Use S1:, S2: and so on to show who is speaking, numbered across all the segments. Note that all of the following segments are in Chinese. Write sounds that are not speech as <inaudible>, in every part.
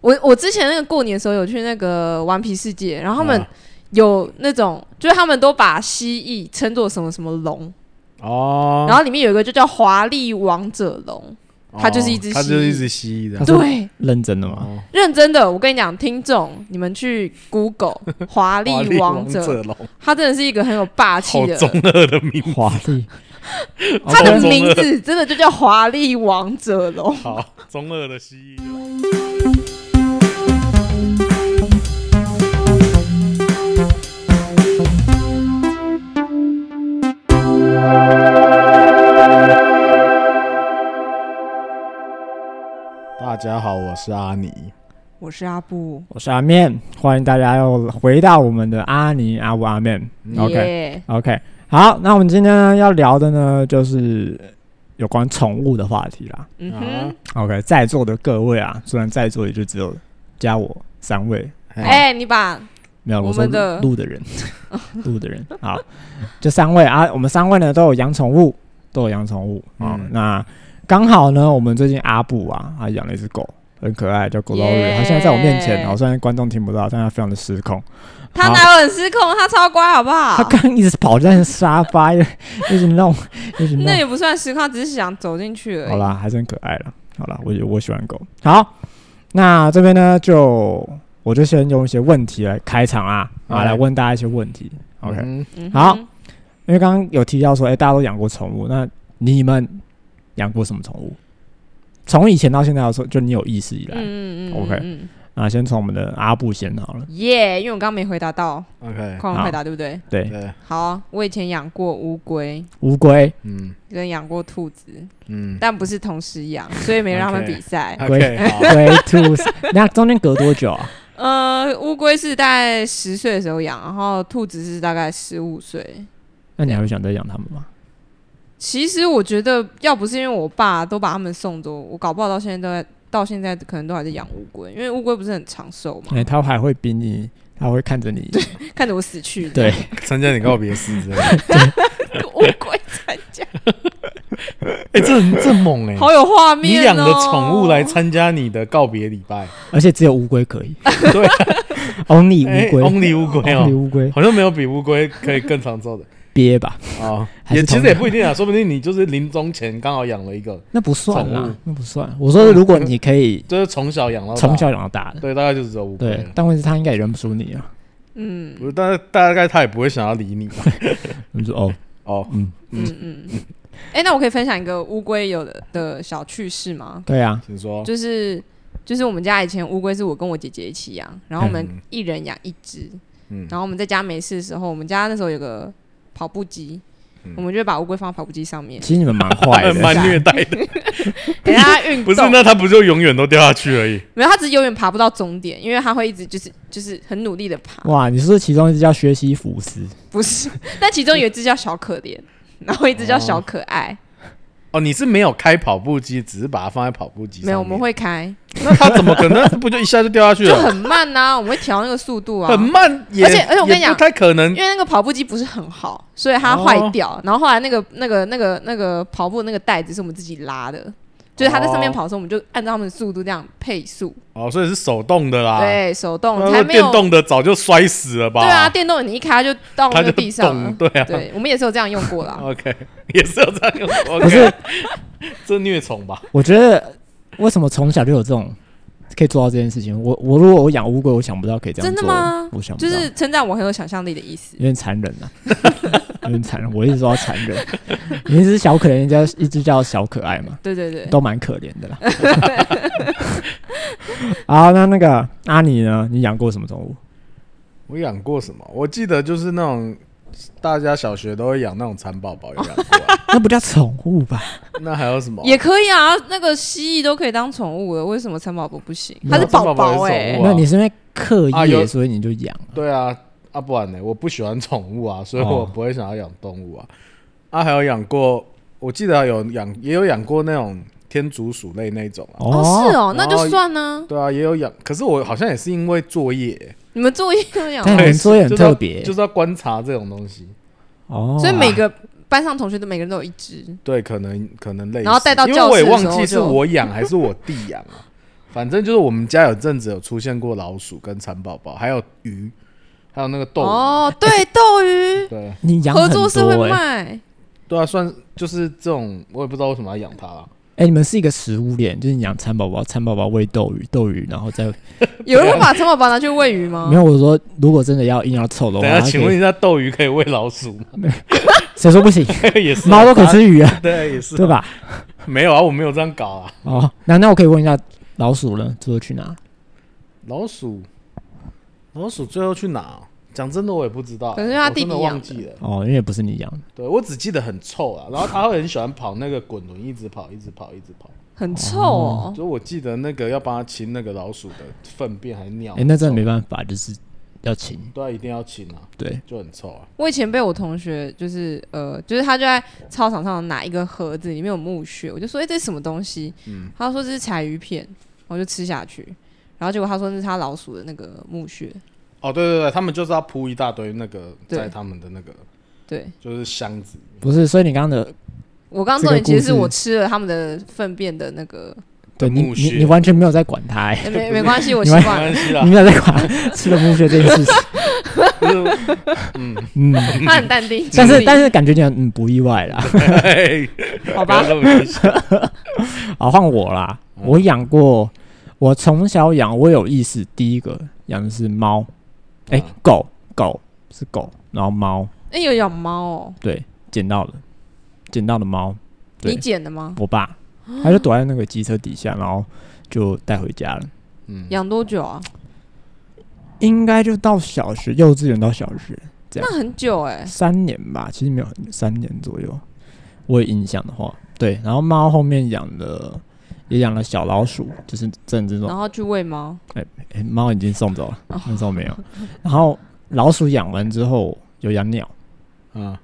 S1: 我我之前那个过年的时候有去那个顽皮世界，然后他们
S2: 啊
S1: 有那种，就是他们都把蜥蜴称作什么什么龙，
S2: 哦，
S1: 然后里面有一个就叫华丽王者龙，
S2: 哦
S1: 它就是一只
S2: 它就是
S1: 蜥蜴
S2: 一只蜥蜴的
S3: 它。是
S1: 对，
S3: 认真的吗？
S2: 哦
S1: 认真的，我跟你讲，听众，你们去
S2: <laughs>
S1: Google 华
S2: 华
S1: 丽
S2: 丽
S1: 王者，
S2: 者龙，
S1: 他真的是一个很有霸气
S2: 好
S1: 的，
S2: 中二的名字。
S3: 华丽，
S1: 他的
S2: 好中二
S1: 名字真的就叫华丽王者龙。
S2: 好，中二的蜥蜴。大家好，我是阿尼。
S1: 我是阿布，
S3: 我是阿面，欢迎大家又回到我们的阿尼阿布阿面。
S2: 嗯
S3: OK
S1: 耶
S3: OK，好，那我们今天呢要聊的呢就是有关宠物的话题啦。
S1: 嗯
S2: 啊
S1: 哼，
S3: OK，在座的各位啊，虽然在座也就只有加我三位，
S2: 哎，
S1: 哎，你把
S3: 没有
S1: 我
S3: 说
S1: 们的
S3: 录的人， <laughs> 录的人，好，就三位啊，我们三位呢都有养宠物，都有养宠物啊、
S2: 嗯
S3: 那刚好呢，我们最近阿布啊，他养了一只狗，很可爱，叫 Glory，
S1: 耶
S3: 他现在在我面前，哦，虽然观众听不到，但他非常的失控，
S1: 他
S3: 好
S1: 哪有很失控，他超乖，好不
S3: 他
S1: 好？
S3: 刚一直跑在沙发， <laughs> 一直一直弄，一直弄
S1: 那，也不算失控，他只是想走进去而已。
S3: 好啦，还是很可爱啦。好啦，我我喜欢狗。好，那这边呢，就我就先用一些问题来开场啊，啊，
S2: 哎
S3: 来问大家一些问题。OK，、
S2: 嗯
S1: 嗯哼
S3: 好因为刚刚有提到说，哎、大家都养过宠物，那你们养过什么宠物？从以前到现在的时候，就你有意识以来，
S1: 嗯嗯嗯
S3: OK
S1: 嗯
S3: 啊，先从我们的阿布先好了。
S1: 耶，因为我刚刚没回答到，
S2: ，OK，
S1: 快问
S3: 好
S1: 快答，对不对？
S3: 对，
S2: 对，
S1: 好啊，我以前养过乌龟，
S3: 乌龟，
S2: 嗯
S1: 跟养过兔子，
S2: 嗯
S1: 但不是同时
S2: <laughs>
S1: 养，所以没让他们
S2: OK
S1: 比赛。
S2: ，OK，好，
S3: 龟兔， <laughs> 那中间隔多久啊？
S1: 呃，乌龟是大概十岁的时候养，然后兔子是大概十五岁。
S3: 那你还会想再养它们吗？
S1: 其实我觉得，要不是因为我爸都把他们送走，我搞不好到现在都在，到现在可能都还在养乌龟，因为乌龟不是很长寿嘛
S3: 哎、，它还会比你，它会看着你，
S2: 哎
S1: 看着我死去。
S3: 对，
S2: 参加你告别式之类的。
S1: 乌龟参加，
S2: 哎，这很这很猛哎，
S1: 好有画面、哦。
S2: 你养的宠物来参加你的告别礼拜，
S3: 而且只有乌龟可 <laughs> 以。
S2: 对
S3: <laughs> ，Only
S2: 哎
S3: <laughs> 乌龟、
S2: ，Only 乌龟
S3: <laughs> Only
S2: 哦，
S3: 乌龟
S2: 好像没有比乌龟可以更长寿的
S3: 憋吧？
S2: 啊，
S3: 还
S2: 也
S3: 是
S2: 其实
S3: 同
S2: 也不一定啊，说不定你就是临终前刚好养了一个，
S3: 那不算
S2: 宠
S3: 啦
S2: 物，
S3: 那不算。嗯我说如果你可以
S2: 就是从小养到大
S3: 从小养到大的，
S2: 对，大概就只有乌龟
S3: 对
S2: 了，。
S3: 但问题是它应该也认不出你啊。
S1: 嗯
S2: 不是，大概大概他也不会想要理你吧
S3: 你说哦，
S2: 哦，
S3: 嗯，
S1: 嗯嗯。嗯哎、那我可以分享一个乌龟有的的小趣事吗？
S3: 对啊，
S2: 请说。
S1: 就是就是我们家以前乌龟是我跟我姐姐一起养，然后我们
S2: 嗯
S1: 一人养一只，
S2: 嗯
S1: 然后我们在家没事的时候，我们家那时候有个跑步机，
S2: 嗯
S1: 我们就会把乌龟放在跑步机上
S2: <laughs>
S1: 面，
S3: 其实你们 <laughs> 蛮坏的，
S2: 蛮虐待的，
S1: 给它运
S2: 不是？
S1: 动。
S2: 那他不就永远都掉下去而已？
S1: 没有，它只是永远爬不到终点，因为它会一直就是就是很努力的爬，
S3: 哇，你是不是其中一只叫学习福斯？
S1: 不是？但其中有一只叫小可怜，然后一只叫小可爱，
S2: 哦，你是没有开跑步机，只是把它放在跑步机上面。
S1: 没有，我们会开，
S2: 那他怎么可能？不就一下就掉下去
S1: 就
S2: 了？
S1: 很慢呐、我们会调那个速度啊，
S2: 很慢，也
S1: 而且而且我跟你
S2: 也
S1: 讲
S2: 不太可能
S1: 因。为那个跑步机不是很好，所以它坏掉。
S2: 哦
S1: 然后后来那个那个那个那个跑步那个带子是我们自己拉的，就是他在上面跑的时候，我们就按照他们的速度这样配速，
S2: 哦，所以是手动的啦。
S1: 对，手动
S2: 啊那
S1: 才
S2: 个
S1: 没
S2: 电
S1: 有。
S2: 动的早就摔死了吧？
S1: 对啊，，电动你一开它就到
S2: 它
S1: 那
S2: 就
S1: 个地上了
S2: 动。对啊。
S1: 对，我们也是有这样用过
S2: <laughs>
S1: 啦。
S2: OK，也是要这样用。
S3: 不是
S2: OK，，这虐宠吧？
S3: 我觉得为什么从小就有这种可以做到这件事情？我我如果我养乌龟，我想不到可以这样
S1: 真的
S3: 做
S1: 吗
S3: 我想不
S1: 就
S3: 到，
S1: 是称赞我很有想象力的意思
S3: 有。点残忍啊， <laughs> 有点残忍。我一直说要残忍，你一只小可怜，叫一只叫小可爱嘛，
S1: 对对对，
S3: 都蛮可怜的啦。 <laughs> 好，那那个阿尼呢？你养过什么宠物？
S2: 我养过什么？我记得就是那种大家小学都会养那种蚕宝宝，有养过 <laughs> 啊、
S3: 那不叫宠物吧？
S2: 那还有什么？
S1: 也可以啊。那个蜥蜴都可以当宠物了，为什么蚕宝宝不行？
S3: 没有
S1: 它是宝
S2: 蚕宝
S1: 宝
S2: 宝也是
S1: 哎
S2: 宠物，啊
S3: 那你是因为课
S2: 啊
S3: 业，
S2: 有
S3: 所以你就养了？
S2: 对啊，啊不然呢？我不喜欢宠物啊，所以我
S3: 哦
S2: 不会想要养动物啊。啊，还有养过，我记得有养，也有养过那种天竺鼠类那种啊。
S1: 哦是哦，那
S2: 然
S1: 就
S2: 后
S1: 算呢。
S2: 对啊，也有养，可是我好像也是因为作业，
S1: 你们作业都养
S2: 嗯
S3: 但
S1: 吗，
S3: 你们作业很
S2: 就是要
S3: 特别
S2: 就是要观察这种东西。
S3: 哦，
S1: 所以每个班上同学都每个人都有一只。
S2: 对，可能可能类似，
S1: 然后带到
S2: 因为
S1: 教室
S2: 我也
S1: 的
S2: 忘
S1: 时候
S2: 记是
S1: 就
S2: 我养还是我弟养啊。 <laughs> 反正就是我们家有阵子有出现过老鼠跟蚕宝宝，还有鱼，还有那个豆。
S1: 哦，对，斗鱼
S2: 对
S3: 你 <laughs> 养
S1: 合
S3: 很
S1: 作社
S3: 多
S1: 会
S3: 哎、欸
S1: 卖，
S2: 对啊，算就是这种，我也不知道为什么要养它啦。
S3: 欸你们是一个食物链，就是你养蚕宝宝，蚕宝宝喂斗鱼，斗鱼然后再
S1: 有人会把蚕宝宝拿去喂鱼吗
S3: 没？有我说，如果真的要硬要凑的
S2: 等
S3: 话，
S2: 一下，请问
S3: 它可以
S2: 一下，斗鱼可以喂老鼠吗？
S3: 谁说不行？
S2: <laughs> 也是啊
S3: 猫都可以，吃鱼啊，
S2: <laughs> 对，也是啊
S3: 对？吧？
S2: 没有啊，我没有这样搞啊。
S3: 哦，那那我可以问一下，老鼠呢？最后去哪？
S2: 老鼠，老鼠最后去哪？啊讲真的，我也不知道、
S1: 可能是他弟弟
S2: 我真的
S1: 养
S2: 忘
S1: 的
S2: 记了。
S3: 哦，因为不是你养的，
S2: 对我只记得很臭啊，然后他会很喜欢跑那个滚轮，一直跑，一直跑，一直跑。
S1: 很臭哦，
S2: 所以我记得那个要帮他清那个老鼠的粪便还是尿。
S3: 哎、那真
S2: 很
S3: 的没
S2: 臭啊
S3: 办法，就是要请。
S2: 对啊，一定要清啊，
S3: 对，
S2: 就很臭啊。
S1: 我以前被我同学就是呃，就是他就在操场上拿一个盒子，里面有木屑，我就说哎、这是什么东西？
S2: 嗯
S1: 他说这是柴鱼片，我就吃下去，然后结果他说那是他老鼠的那个木屑，
S2: 哦，对对对，他们就是要铺一大堆那个
S1: 对
S2: 在他们的那个
S1: 对
S2: 就是箱子里面。
S3: 不是，所以你刚刚的，
S1: 我刚刚
S3: 这
S1: 重
S3: 个
S1: 点其实是
S3: 故事
S1: 我吃了他们的粪便的那个，
S3: 对你
S2: 木屑
S3: 你你完全没有在管它、
S1: <laughs>
S3: 欸，
S1: 哎没没关系，我
S3: 你
S1: 习
S3: 完
S2: 没
S1: 惯了。
S2: 关系
S3: 你
S2: 啦，
S3: 没有在管吃的木屑这件事情。
S2: 就是嗯，
S3: 嗯，
S1: 他很淡定，
S3: <laughs> 但
S1: 处
S3: 是
S1: 理
S3: 但是感觉你很嗯不意外啦。
S2: 嘿
S1: 好
S2: 不要
S3: 呃
S1: 吧，
S2: 那么明显
S3: 好，哦换我啦，
S2: 嗯
S3: 我养过，我从小养，我有意识，第一个养的是猫，哎、
S2: 啊
S3: 狗狗是狗，然后猫，
S1: 哎有养猫哦，
S3: 对，捡到了，捡到的猫，对
S1: 你捡的吗？
S3: 我爸，他就躲在那个机车底下，然后就带回家了。
S2: 嗯，
S1: 养多久啊？
S3: 应该就到小学，幼稚园到小学
S1: 那很久哎，
S3: 三年吧，其实没有很三年左右。我有印象的话，对。然后猫后面养的也养了小老鼠，就是正这种
S1: 然后去喂猫，
S3: 诶猫、已经送走了，
S1: 哦
S3: 那时候没有。然后老鼠养完之后有养鸟，
S2: 嗯，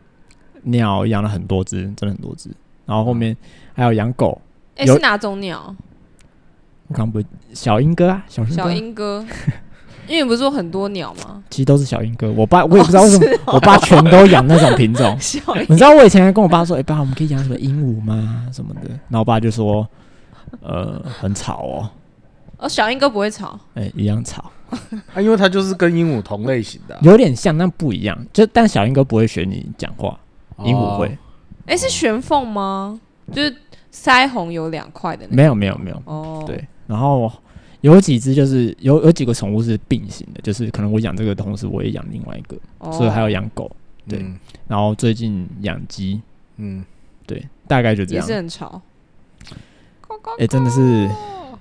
S3: 鸟养了很多只，真的很多只。然后后面还有养狗，
S1: 哎
S3: 有
S1: 是哪种鸟？
S3: 我刚不小英哥啊，小英哥啊、
S1: 小莺
S3: <laughs>
S1: 歌，因为你不是说很多鸟吗？
S3: 其实都是小英哥。我爸我也不知道为什么，
S1: 哦是哦。
S3: 我爸全都养那种品种
S1: <laughs> 小莺
S3: 你知道我以前还跟我爸说：“哎、爸，我们可以养什么鹦鹉吗？什么的。”然后我爸就说：“呃，很吵哦，
S1: 哦，小莺歌不会吵，
S3: 哎、一样吵，
S2: 啊，因为它就是跟鹦鹉同类型的
S1: 哦
S2: 啊，
S3: 有点像，但不一样。就但小英哥不会学你讲话，鹦鹉
S2: 哦
S3: 会。
S1: 哎是玄凤吗？就是腮红有两块的那个
S3: 没有，没有，没有。
S1: 哦，
S3: 对，然后有几只就是有有几个宠物是并行的，就是可能我养这个的同时，我也养另外一个，
S1: 哦，
S3: 所以还有养狗，对
S2: 嗯
S3: 然后最近养鸡，
S2: 嗯，
S3: 对，大概就这
S1: 也
S3: 样
S1: 是。很吵，
S3: 哎、真的是
S1: 哦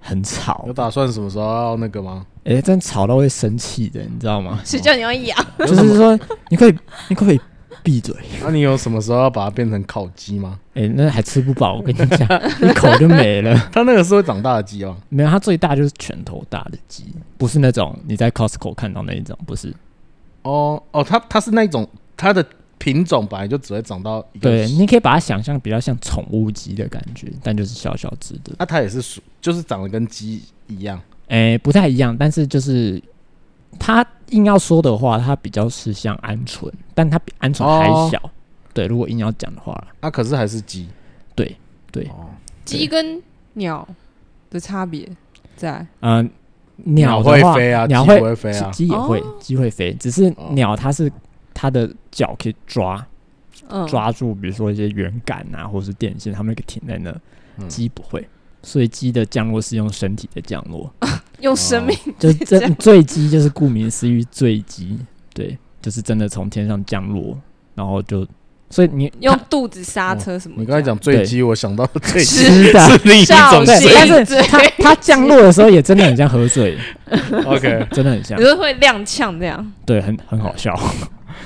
S3: 很吵
S2: 有，打算什么时候要那个吗？
S3: 哎、真吵到会生气的，你知
S1: <laughs>
S3: 道吗？
S1: 谁叫你要养？
S3: 就
S2: 有什
S3: 是
S2: 么
S3: 说，你可以，你可不可以闭嘴？
S2: 那你有什么时候要把它变成烤鸡吗？
S3: 哎、那还吃不饱，我跟你
S1: <laughs>
S3: 讲，一口就没了。
S2: 它那个是会长大的鸡哦吗？
S3: 没有，它最大就是拳头大的鸡，不是那种你在 Costco 看到那一种，不是。
S2: 哦哦，它它是那种它的品种本来就只会长到一个
S3: 对，
S2: 鸡，
S3: 你可以把它想象比较像宠物鸡的感觉，但就是小小只的。
S2: 那、啊它也是属，就是长得跟鸡一样。
S3: 诶、哎不太一样，但是就是它硬要说的话，它比较是像鹌鹑，但它比鹌鹑还小。
S2: 哦
S3: 对，如果硬要讲的话，
S2: 啊，可是还是鸡。
S3: 对对
S2: 哦，
S1: 鸡跟鸟的差别在
S3: 嗯、
S2: 鸟
S3: 鸟
S2: 会
S3: 的话，
S2: 飞啊，
S3: 鸟
S2: 鸡
S3: 会
S2: 不会飞啊。
S3: 鸡鸡也会
S1: 哦，
S3: 鸡、会飞，只是
S2: 哦
S3: 鸟它是它的脚可以抓
S1: 嗯
S3: 抓住，比如说一些圆杆啊，或是电线，它们可以停在那。
S2: 嗯
S3: 鸡不会，所以鸡的降落是用身体的降落。
S1: 用生命 <laughs>
S3: 就
S1: 这
S3: 真
S1: 样
S3: 坠机，就是顾名思义，坠机，对，就是真的从天上降落，然后就，所以你
S1: 用肚子刹车
S3: 哦
S1: 什么这样？
S2: 你刚才讲醉鸡，我想到醉鸡
S1: 是
S3: 吃的，
S2: 另一
S1: 笑
S2: 种
S1: 死
S3: 对，
S2: 水。
S3: 但是
S1: 醉
S3: 它它降落的时候也真的很像喝醉，
S1: <laughs>
S2: OK，
S3: 真的很像
S1: 哦你，是会踉跄这样？
S3: 对，很很好笑，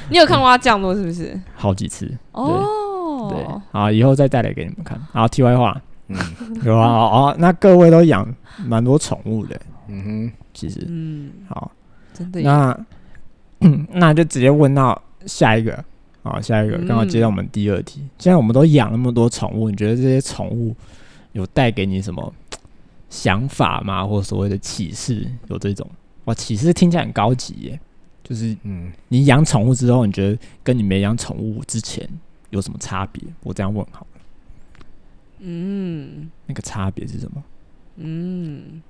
S1: 你有看过它降落是不是？
S3: 好几次，对
S1: 哦，，
S3: 好，以后再带来给你们看。好，题外
S1: <laughs>
S3: 话，
S2: 嗯
S3: 有啊，哦，那各位都养蛮多宠物的，
S2: 嗯
S3: 其实，
S1: 嗯，
S3: 好，
S1: 真的有
S3: 那 <clears throat> 那就直接问到下一个啊，下一个刚好接到我们第二题。现在我们都养那么多宠物，你觉得这些宠物有带给你什么想法吗？或者所谓的启示？有这种哇，启示听起来很高级耶。就是
S2: 哼嗯，
S3: 你养宠物之后，你觉得跟你没养宠物之前有什么差别？我这样问好了，
S1: 嗯，
S3: 那个差别是什么？
S1: 嗯，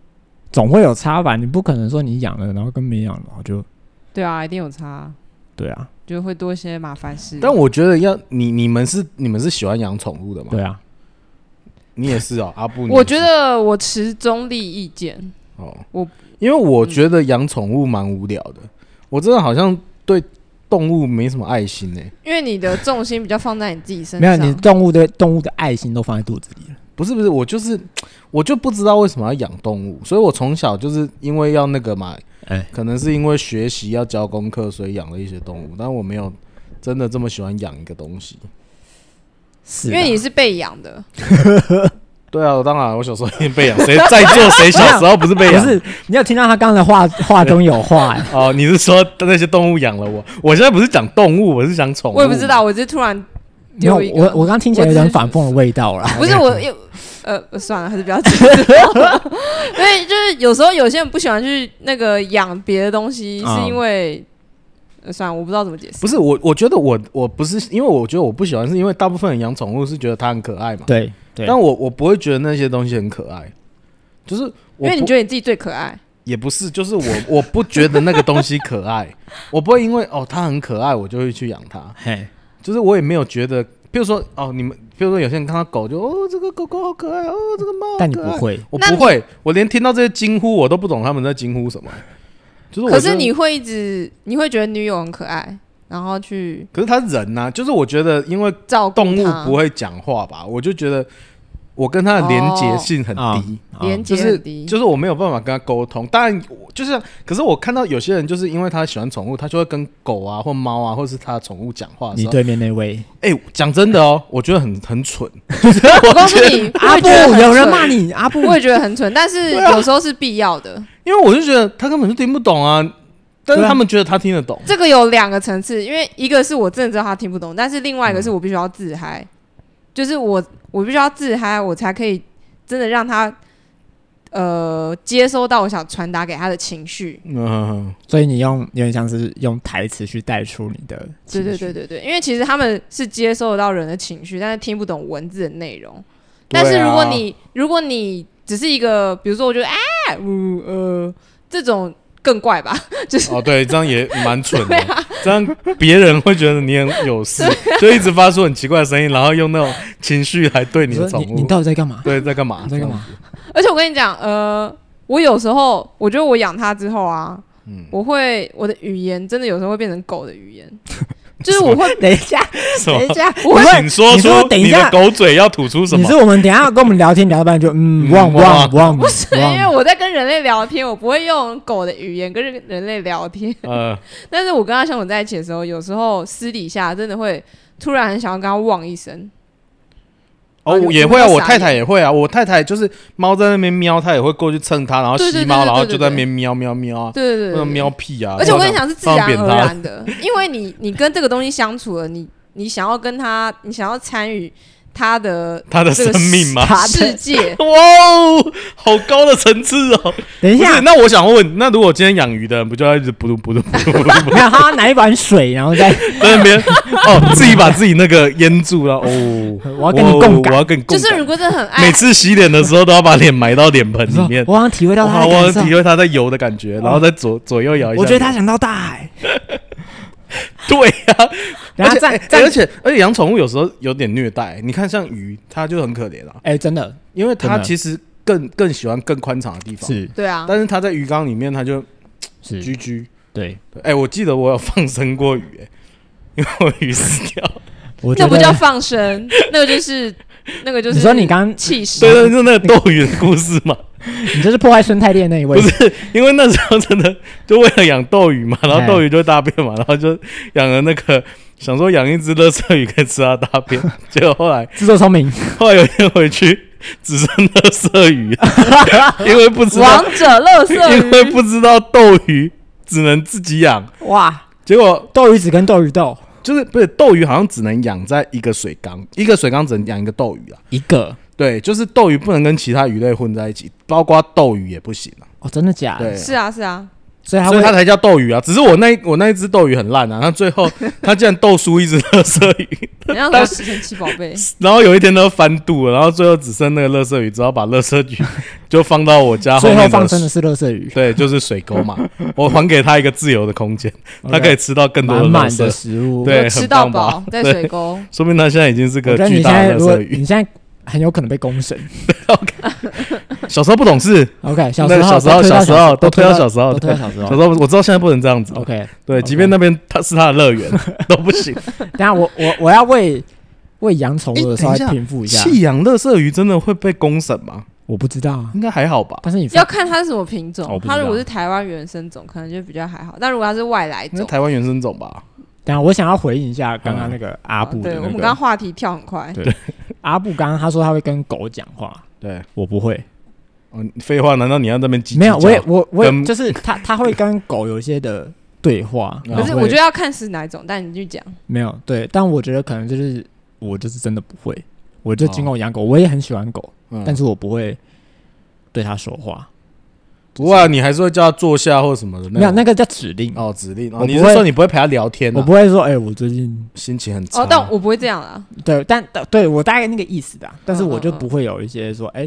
S3: 总会有差吧？你不可能说你养了，然后跟没养，然后就
S1: 对啊，一定有差，
S3: 对啊，
S1: 就会多一些麻烦事。
S2: 但我觉得要你你们是你们是喜欢养宠物的吗？
S3: 对，啊，
S2: 你也是哦，阿布你也是，
S1: 我觉得我持中立意见，
S2: 哦，
S1: 我
S2: 因为我觉得养宠物蛮无聊的，我真的好像对动物没什么爱心呢、欸
S1: 因为你的重心比较放在你自己身
S3: 没有
S1: 上。
S3: 你动物的动物的爱心都放在肚子里了。
S2: 不是不是，我就是我就不知道为什么要养动物，所以我从小就是因为要那个嘛，
S3: 哎
S2: 可能是因为学习要交功课，所以养了一些动物，但我没有真的这么喜欢养一个东西。
S3: 是
S1: 因为你
S3: 你
S1: 是被养的，
S2: 对啊，当然我小时候也被养，谁在座谁小时候不是被
S3: 啊不
S2: 养？
S3: 是你有听到他刚才的话话中有话、哎
S2: 哦，你是说那些动物养了我？我现在不是讲动物，我是讲宠物。
S1: 我也不知道，我只是突然
S3: 没有
S1: <laughs> 丢一
S3: 我
S1: 个。
S3: 我刚听起来有点反讽的味道啦。
S1: <laughs> 不是我，又呃，算了，还是不要讲。
S3: <laughs>
S1: 因为就是有时候有些人不喜欢去那个养别的东西，
S3: 嗯
S1: 是因为、呃算了，我不知道怎么解释。
S2: 不是我，我觉得我我不是，因为我觉得我不喜欢，是因为大部分人养宠物是觉得它很可爱嘛。
S3: <laughs> 对对，
S2: 但我我不会觉得那些东西很可爱，就是我
S1: 因为你
S2: 不
S1: 觉得你自己最可爱，
S2: 也不是，就是我 <laughs> 我不觉得那个东西可爱， <laughs> 我不会因为哦它很可爱我就会去养它，
S3: 嘿，
S2: 就是我也没有觉得，比如说哦你们，比如说有些人看到狗就哦这个狗狗好可爱哦这个猫好
S3: 但你
S2: 可
S3: 不
S2: 爱，
S3: 会，
S2: 我
S1: 那
S2: 不
S1: 你
S2: 会，我连听到这些惊呼我都不懂他们在惊呼什么，就是我
S1: 可
S2: 觉
S1: 是
S2: 得
S1: 你会一直，你会觉得女友很可爱，然后去
S2: 可是他人呐、就是我觉得因为
S1: 照顾
S2: 动物
S1: 它
S2: 不会讲话吧，我就觉得我跟它的连结性很低。
S3: 哦
S1: 连
S2: 啊就
S1: 接
S2: 是
S1: 很低，
S2: 就是我没有办法跟它沟通，当然我就是，可是我看到有些人就是因为他喜欢宠物，他就会跟狗啊或猫啊或是他的宠物讲话的
S3: 你
S2: 时候，
S3: 对面那位
S1: <laughs>
S2: 哎，讲、真的哦，我觉得很很蠢。
S1: 我告诉你，
S2: 啊
S3: 阿布，有人骂，你，阿布
S1: 我也觉得很蠢，但是
S2: 对啊
S1: 有时候是必要的。
S2: 因为我就觉得他根本就听不懂啊，但是
S3: 对啊
S2: 他们觉得他听得懂。
S1: 这个有两个层次，因为一个是我真的知道他听不懂，但是另外一个是我必须要自嗨，就是我我必须要自嗨，我才可以真的让他呃接收到我想传达给他的情绪。
S2: 嗯，
S3: 所以你用有点像是用台词去带出你的
S1: 对
S3: 情
S1: 对
S3: 绪
S1: 对对对，因为其实他们是接收得到人的情绪，但是听不懂文字的内容。
S2: 啊
S1: 但是如果你、如果你只是一个，比如说我觉得啊，呜呃，这种更怪吧，啊就是
S2: 哦对，这样也蛮
S1: <laughs>
S2: 蠢的，
S3: 啊
S2: 这样别人会觉得你很有
S3: <laughs>
S2: 事，就一直发出很奇怪的声音，然后用那种情绪来对你
S3: 你说
S2: 的宠
S3: 你你
S2: 物。
S3: 到底在干嘛？
S2: 对，在干嘛？
S3: 你在干嘛？
S1: 而且我跟你讲，呃，我有时候我觉得我养它之后啊，
S2: 嗯
S1: 我会我的语言真的有时候会变成狗的语
S2: <laughs>
S1: 言，就是我会
S3: 等一下，
S2: 什
S3: 等
S2: 么
S3: 一？下，
S1: 我
S3: 你
S2: 请说
S3: 哎你
S2: 出
S3: 说等一
S2: 你的
S3: 下，
S2: 狗嘴要吐出什
S3: 你
S2: 么
S3: 是？我们等一下跟我们聊天聊到半就嗯
S2: 嗯
S3: 忘忘
S2: 忘
S3: 忘，不
S1: 是因为我在跟人类聊天，我不会用狗的语言跟人类聊天。 <laughs>
S2: 呃，
S1: 但是我跟他相处在一起的时候，有时候私底下真的会突然很想要跟他汪一声，
S2: 哦，
S1: 啊有
S2: 我也会啊，
S1: 有没有
S2: 我
S1: 傻
S2: 太
S1: 眼
S2: 太也会啊，我太太就是猫在那边喵，她也会过去蹭它，然后
S1: 对对
S2: 吸
S1: 对
S2: 猫，
S1: 对
S2: 然后
S1: 对对
S2: 就在那
S1: 对
S2: 边喵喵喵啊，
S1: 对对对
S2: 那
S1: 对对
S2: 种喵屁啊。
S1: 而且我跟你
S2: 然后
S1: 讲是自然
S2: 放扁
S1: 而
S2: 它 <laughs>
S1: 然的，因为你你跟这个东西相处了，你你想要跟他，你想要参与他的
S2: 它的
S1: 这个
S2: 生命吗？
S3: 他的
S1: 世界，
S2: <laughs> 哇哦，好高的层次哦！
S3: 等一
S2: 不
S3: 下
S2: 是，，那我想问，那如果今天养鱼的人不就要一直不噜不噜不噜不噜
S3: 没有他拿一碗水，然后再
S2: 在
S1: <laughs>
S2: 那边哦，自己把自己那个淹住了哦？
S3: 我要跟你共感，
S2: 我要跟你
S1: 就
S2: 共
S1: 是
S2: 感。
S1: 如果真的很爱
S2: 每，次洗脸的时候都要把脸埋到脸盆里面
S3: 我好像体会到他
S2: 我
S3: 的
S2: 我
S3: 感受
S2: 能体，会它在游的感觉，
S1: 哦
S2: 然后再左左右摇一下。
S3: 我觉得他想到大海，
S2: 对呀、
S3: 然
S2: 而
S3: 后
S2: 且
S3: 再
S2: 哎
S3: 再
S2: 而且而且养宠物有时候有点虐待，你看像鱼，它就很可怜啊，
S3: 哎，真的
S2: 因为它
S3: 真的
S2: 其实更更喜欢更宽敞的地方，
S3: 是
S1: 对啊，
S2: 但是它在鱼缸里面它就居
S3: 是，
S2: 居。
S3: 对，
S2: 对哎、我记得我有放生过鱼、哎，因为我鱼死
S3: <laughs>
S2: 掉。
S3: 我觉
S1: 那
S3: 得
S1: 不叫放生，那个就是那个就是
S3: 你说你刚
S1: 气势，
S2: 对对，就那个斗鱼的故事
S3: <laughs>
S2: 嘛，
S3: 你这是破坏生态链那一位，
S2: 不因为那时候真的就为了养斗鱼嘛，然后
S3: <laughs> 哎
S2: 斗鱼就会大便嘛，然后就养了那个。想说养一只乐色鱼可以吃它大便，
S3: <laughs>
S2: 结果后来
S3: 自作聪
S2: <laughs>
S3: 明，
S2: 后来有一天回去只剩乐色鱼， <laughs> 因为不知道
S1: 王者乐色
S2: <laughs> 因为
S1: 鱼，
S2: 不知道斗鱼只能自己养，
S3: 哇，
S2: 结果
S3: 斗鱼子跟斗鱼斗
S2: 就是不是斗鱼好像只能养在一个水缸，一个水缸只能养一个斗鱼啊。
S3: 一个。
S2: 对，就是斗鱼不能跟其他鱼类混在一起，包括斗鱼也不行啊。
S3: 哦，真的假的？
S2: 对，
S1: 是啊是啊，
S3: 所哎以他
S2: 所以
S3: 会
S2: 它才叫斗鱼啊。只是我那我那一只斗鱼很烂啊，它最
S3: <laughs>
S2: 后它竟然斗输一只乐色鱼，
S1: 你要
S2: 但
S1: 说神奇宝贝，
S2: 然后有一天它翻肚了，然后最后只剩那个乐色鱼，只好把乐色鱼就放到我家后
S3: 最后
S2: 面
S3: 放
S2: 的
S3: 生的
S2: 水。
S3: 是乐色鱼，
S2: 对，就是水沟嘛，我还给它一个自由的空
S3: <laughs>
S2: 间，它可以吃到更多
S3: 满
S2: 的乐
S3: 满
S2: 色
S3: 的。食物。
S2: 对
S1: 有吃
S2: 很
S1: 到
S2: 棒吧 <laughs>
S1: 饱在水沟，
S2: 说明它现在已经是个
S3: 我觉得你
S2: 巨
S3: 现
S2: 大
S3: 在
S2: 的乐
S3: 如果
S2: 色鱼。
S3: 你现在很有可能被公审。
S2: <laughs> 小时候不懂事，
S3: OK，小
S2: <laughs> 那
S3: 时
S2: 个
S3: 候
S2: 小时候
S3: 都推到
S2: 小时候都推到
S3: 小
S2: 小时候 <laughs>
S3: 都推到小时
S2: 小
S3: 候
S2: 时。候我知道现在不能这样子。
S3: OK，
S2: 对，
S3: OK
S2: 即便那边它是它的乐园 <laughs> 都不行。
S3: 等下我我我要为为养宠物的稍
S2: 诶等一
S3: 微
S2: 下
S3: 平复一下，
S2: 弃养乐色鱼真的会被公审吗？
S3: 我不知道啊，
S2: 应该还好吧。
S3: 但是你
S1: 要看它是什么品
S3: 哦我
S1: 种。
S3: 不知道
S1: 它如果是台湾原生种，可能就比较还好；但如果它是外来
S2: 应该
S1: 种，
S2: 台湾原生种吧？
S3: 等下我想要回应一下刚
S2: 嗯
S3: 刚那个阿布
S1: 对
S3: 的
S1: 我
S3: 那
S1: 们刚刚
S3: 个
S1: 话题跳很快，
S3: 阿布，刚刚他说他会跟狗讲话，
S2: 对，
S3: 我不会，
S2: 嗯，废话，难道你要在那边叽叽
S3: 没有，
S2: 叫
S3: 我也我我也
S2: 跟
S3: 就是他他会跟狗有一些的对话，
S2: 嗯
S1: 可是
S3: 然后啊会
S1: 我觉得要看是哪一种。但你去
S3: <laughs>
S1: 讲，
S3: 没有对，但我觉得可能就是我就是真的不会，我就
S2: 哦
S3: 尽管我养狗，我也很喜欢狗，
S2: 嗯
S3: 但是我不会对它说话，
S2: 不会啊，你还是会叫他坐下或什么的种。
S3: 没有那个叫指令，
S2: 哦，指令
S3: 我
S2: 哦，
S3: 不
S2: 你是
S3: 会
S2: 说你不会陪他聊天啊？
S3: 我不会说哎，我最近
S2: 心情很差。
S1: 哦，但我不会这样啦，
S3: 对，但但对我大概那个意思的啊，但是
S1: 嗯
S3: 我就
S1: 嗯嗯
S3: 不会有一些说哎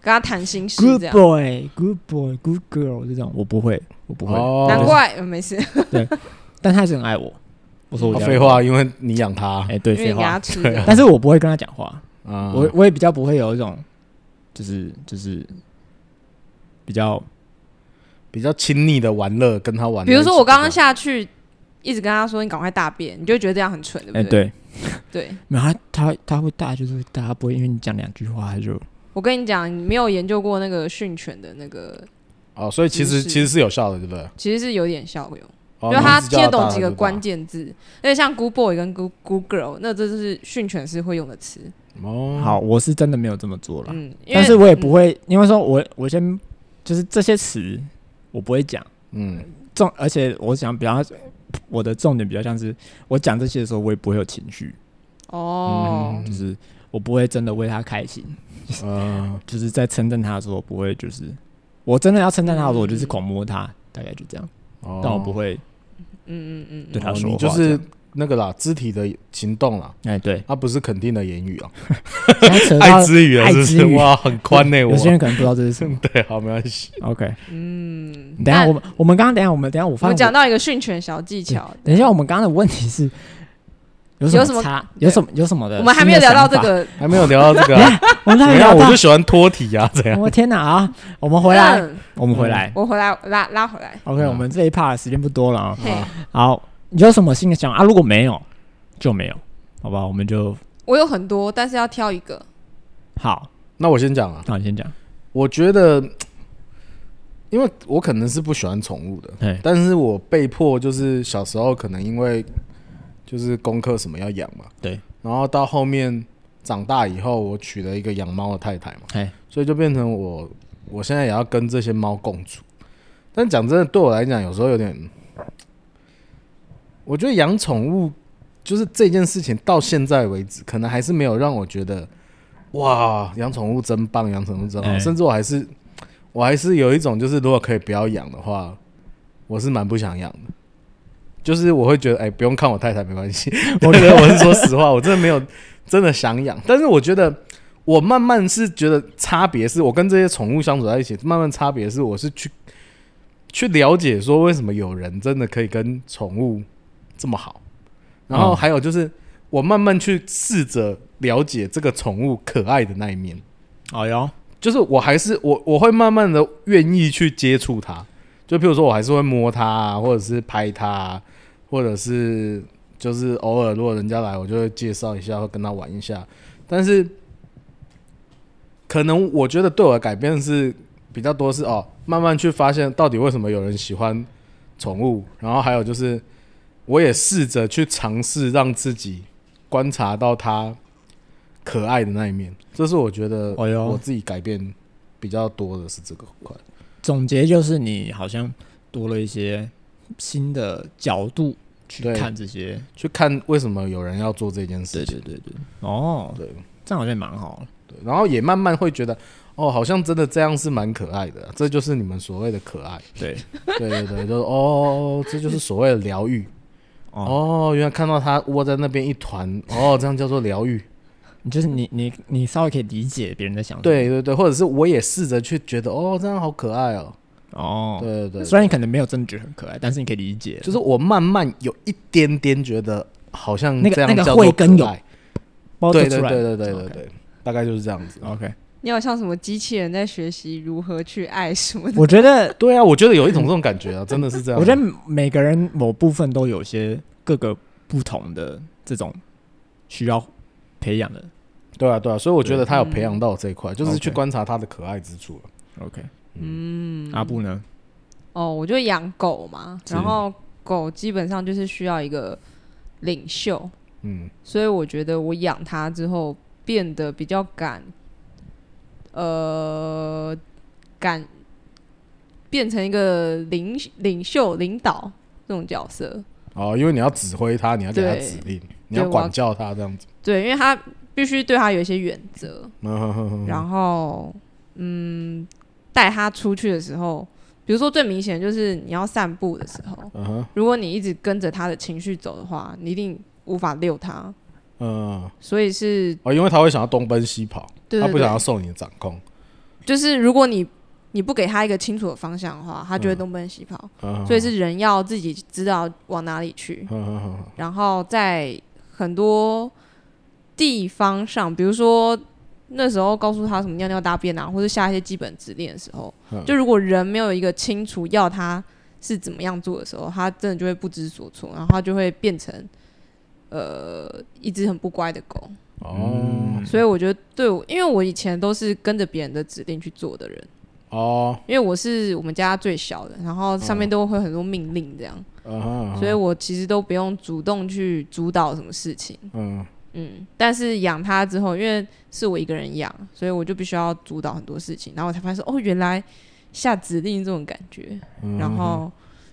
S1: 跟他谈心事
S3: ，good
S1: 这样。
S3: boy，good boy，good girl 这种，我不会，我不会，
S2: 哦
S1: 难怪、呃没
S3: <laughs>
S1: 事，
S3: 但他还是很爱我，我说我
S2: 哦
S3: 家
S2: 废
S3: 狗，
S2: 话，因为你养他
S3: 哎，对，
S1: 因为
S3: 废
S1: 你给
S3: 话
S1: 他，吃的。
S3: 但是我不会跟他讲话。
S1: 嗯
S2: 啊。
S3: 我我也比较不会有一种，就是就是比较
S2: 比较亲密的玩乐，跟他玩
S1: <laughs>
S2: 乐。
S1: 比如说我刚刚
S2: 想，
S1: 下去，一直跟他说你赶快大便，你就会觉得这样很蠢，对
S3: 哎、
S1: 不对？
S3: 对，
S1: 对，
S3: 没有他他他会大就是大，他不会因为你讲两句话他就
S1: 我跟你讲，你没有研究过那个训犬的那个，
S2: 哦，所以其
S1: 姿
S2: 实
S1: 势
S2: 其实是有效的，对不对？
S1: 其实是有点效用，
S2: 哦
S1: 就他听得懂几
S2: 你
S1: 个
S2: 是叫他
S1: 关键字，而且像 good boy 跟 good good girl，那这就是训犬师会用的词。
S2: 大哦，
S3: 好，我是真的没有这么做了，
S1: 嗯，因为嗯
S3: 但是我也不会，因为说我我先就是这些词我不会讲
S2: 嗯，
S3: 重，而且我想比较我的重点比较像是我讲这些的时候我也不会有情绪，
S1: 哦
S2: 嗯，
S3: 就是我不会真的为他开心，
S2: 嗯，
S3: 就是在称赞他的时候我不会就是我真的要称赞他的时候我就是
S1: 嗯
S3: 狂摸他，大概就这样，
S2: 哦
S3: 但我不会。
S1: 嗯嗯嗯嗯，
S3: 对他
S2: 哦
S3: 说
S2: 你
S3: 话
S2: 就
S3: 这
S2: 是
S3: 样
S2: 那个啦，肢体的行动啦，
S3: 哎，
S2: <laughs>
S3: 对，
S2: 它不是肯定的言语啊。
S3: 现在扯到
S2: 爱之语啊，
S3: 呃爱
S2: 是不
S3: 之
S2: 是？ <laughs>
S3: 语
S2: 哇，很宽呢，我。
S3: 有。些人可能不知道这是什么
S2: <laughs> 对，好，没关系。
S3: OK，
S1: 嗯，
S3: 等一下
S1: 那
S3: 我们我们刚刚等一下我们等一下我
S1: 我
S3: 发
S1: 们
S3: 现
S1: 讲
S3: 我，
S1: 到一个训犬小技巧，
S3: 等一下我们刚刚的问题是有
S1: 有
S3: 什
S1: 什么
S3: 差，
S1: 对
S3: 有什么有什么的？
S1: 我们还没有聊到这，个，
S2: 还没有聊到这个
S3: <laughs>
S2: 啊，
S3: 我们
S2: 怎
S3: 还
S2: 么
S3: 没
S2: 样？
S3: 聊
S2: 我
S3: 到
S2: 就。喜欢脱题啊，怎样？
S3: 我天哪啊！我们回来，
S1: 嗯
S3: 我们回来。
S1: 我回来拉拉回来，
S3: OK，
S2: 嗯
S3: 我们这一 part 时间不多了啊。
S1: 嘿，
S3: 好，有什么新的想法啊？如果没有，就没有，好吧？我们就
S1: 我有很多，但是要挑一个，
S3: 好。
S2: 那我先讲啊，
S3: 那你先讲。
S2: 我觉得，因为我可能是不喜欢宠物的，
S3: 对，
S2: 但是我被迫就是小时候可能因为就是功课什么要养嘛，
S3: 对，
S2: 然后到后面长大以后，我娶了一个养猫的太太嘛，
S3: 哎，
S2: 所以就变成我我现在也要跟这些猫共处。但讲真的，对我来讲，有时候有点，我觉得养宠物就是这件事情到现在为止，可能还是没有让我觉得哇，养宠物真棒，养宠物真好。
S3: 哎
S2: 甚至我还是我还是有一种，就是如果可以不要养的话，我是蛮不想养的。就是我会觉得，哎、不用看我太太没关系。 <laughs> 我觉得我是说实话，我真的没有真的想养，但是我觉得我慢慢是觉得差别是我跟这些宠物相处在一起，慢慢差别是我是去 <laughs> 去了解说为什么有人真的可以跟宠物这么好，然后
S3: 嗯
S2: 还有就是我慢慢去试着了解这个宠物可爱的那一面，
S3: 好哦哟。
S2: 就是我还是我我会慢慢的愿意去接触它，就譬如说我还是会摸它、啊，或者是拍它、啊，或者是就是偶尔如果人家来，我就会介绍一下，会跟它玩一下。但是可能我觉得对我的改变是比较多是哦，慢慢去发现到底为什么有人喜欢宠物，然后还有就是我也试着去尝试让自己观察到它可爱的那一面，这是我觉得
S3: 哎呦
S2: 我自己改变比较多的是这个块。
S3: 总结就是你好像多了一些新的角度去
S2: 对
S3: 看这些。
S2: 去看为什么有人要做这件
S3: 对
S2: 事情。
S3: 对对对，哦，
S2: 对
S3: 这样好像也蛮好的。
S2: 对，然后也慢慢会觉得，哦，好像真的这样是蛮可爱的，啊这就是你们所谓的可爱。 <laughs>
S3: 对，
S2: 对对
S3: <laughs>
S2: 对，就是哦，这就是所谓的疗愈。
S3: 哦，
S2: 哦，原来看到它窝在那边一团，哦，这样叫做疗愈。
S3: 你就是你你你稍微可以理解别人在想什么，
S2: 对对对，或者是我也试着去觉得，哦，这样好可爱哦。
S3: 哦，
S2: 对对对，
S3: 虽然你可能没有真的觉得很可爱，但是你可以理解，
S2: 就是我慢慢有一点点觉得，好像
S3: 那个
S2: 这样
S3: 那个
S2: 叫
S3: 慧
S2: 做可
S3: 根有
S2: 爱。
S3: 包得
S2: 对对
S3: 出来
S2: 对对对对对，大概就是这样子。 <laughs>
S3: ，OK，
S1: 你好像什么机器人在学习如何去爱什么的。
S3: 我觉得
S2: 对啊，我觉得有一种这种感觉啊，真的是这样。
S3: 我觉得每个人某部分都有些各个不同的这种需要培养的
S2: 对啊，对啊，所以我觉得
S3: 对
S2: 他有培养到这一块，就是去
S3: OK
S2: 观察他的可爱之处了。啊
S3: ，OK，
S1: 嗯，
S3: 阿布呢？
S1: <laughs> 哦，我就养狗嘛，
S3: 是
S1: 然后狗基本上就是需要一个领袖，
S2: 嗯，
S1: 所以我觉得我养它之后变得比较敢，呃，敢变成一个领领袖、领导这种角色。
S2: 哦，因为你要指挥他，你要给他
S1: 对
S2: 指令，你要
S1: 对我
S2: 管
S1: 要
S2: 教他这样子。
S1: 对，因为它必须对它有一些原则，
S2: 嗯哼哼哼
S1: 然后嗯，带它出去的时候，比如说最明显就是你要散步的时候，
S2: 嗯哼，
S1: 如果你一直跟着它的情绪走的话，你一定无法遛它。
S2: 嗯，
S1: 所以是，
S2: 哦，因为他会想要东奔西跑，
S1: 对
S2: 他
S1: 对
S2: 不想要
S1: 对，
S2: 受你的掌控。
S1: 就是如果你你不给它一个清楚的方向的话，它就会东奔西跑。
S2: 嗯哼
S1: 所以，是人要自己知道往哪里去，
S2: 嗯哼哼哼
S1: 然后在很多地方上，比如说那时候告诉他什么尿尿大便啊，或者下一些基本指令的时候，
S2: 嗯
S1: 就如果人没有一个清楚要他是怎么样做的时候，他真的就会不知所措，然后他就会变成呃一只很不乖的狗。
S2: 哦
S1: 所以我觉得对我，因为我以前都是跟着别人的指令去做的人，
S2: 哦，
S1: 因为我是我们家最小的，然后上面都会很多命令这样。
S2: 嗯哼，
S1: 所以我其实都不用主动去主导什么事情，
S2: 嗯
S1: 嗯，但是养它之后，因为是我一个人养，所以我就必须要主导很多事情，然后我才发现说哦，原来下指令这种感觉，
S2: 嗯，
S1: 然后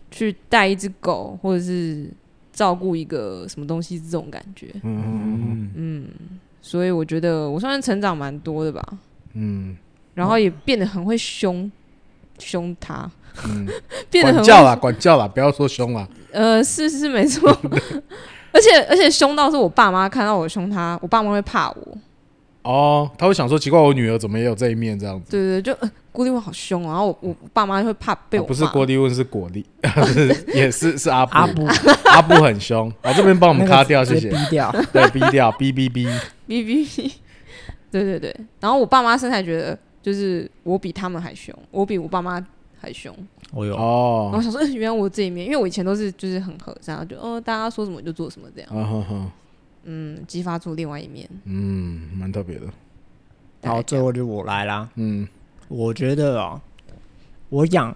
S1: 去带一只狗或者是照顾一个什么东西这种感觉，
S2: 嗯哼
S3: 嗯，
S1: 嗯，所以我觉得我算是成长蛮多的吧，
S2: 嗯
S1: 然后也变得很会凶凶它，
S2: 嗯，嗯
S1: <laughs> 变得很会
S2: 管教啦， <laughs> 管教啦，不要说凶啦。
S1: 呃，是是没
S2: <laughs>
S1: 错，而且而且凶到是我爸妈看到我凶他，我爸妈会怕我。
S2: 哦，他会想说奇怪，我女儿怎么也有这一面这样子？
S1: 对对，对就、呃、郭立文好凶哦，然后我我爸妈就会怕被我
S2: 啊
S1: 骂、
S2: 不是郭立问，是果
S1: <laughs>
S2: 粒， <laughs> 是也是是阿布，
S3: 阿布，
S2: 阿布很凶。我这边 <laughs> 帮我
S1: <laughs>
S2: 们
S3: 那个
S2: 卡掉，谢
S3: 直接
S2: 谢
S3: 逼。掉，
S2: <laughs> 对，逼掉，逼逼逼。
S1: 哔哔哔。 <laughs> 对对对，然后我爸妈身材觉得呃就是我比他们还凶，我比我爸妈还凶。
S3: 我有
S1: 然后
S2: 哦
S1: 我，想说，呃原来我这一面，因为我以前都是就是很和善，就哦大家说什么我就做什么这样，
S2: 嗯哼哼，
S1: 嗯，激发出另外一面。
S2: 嗯，蛮特别的。
S1: 大概
S3: 好，
S1: 这
S3: 最
S1: 样
S3: 后就我来啦。
S2: 嗯
S3: 我觉得啊、我养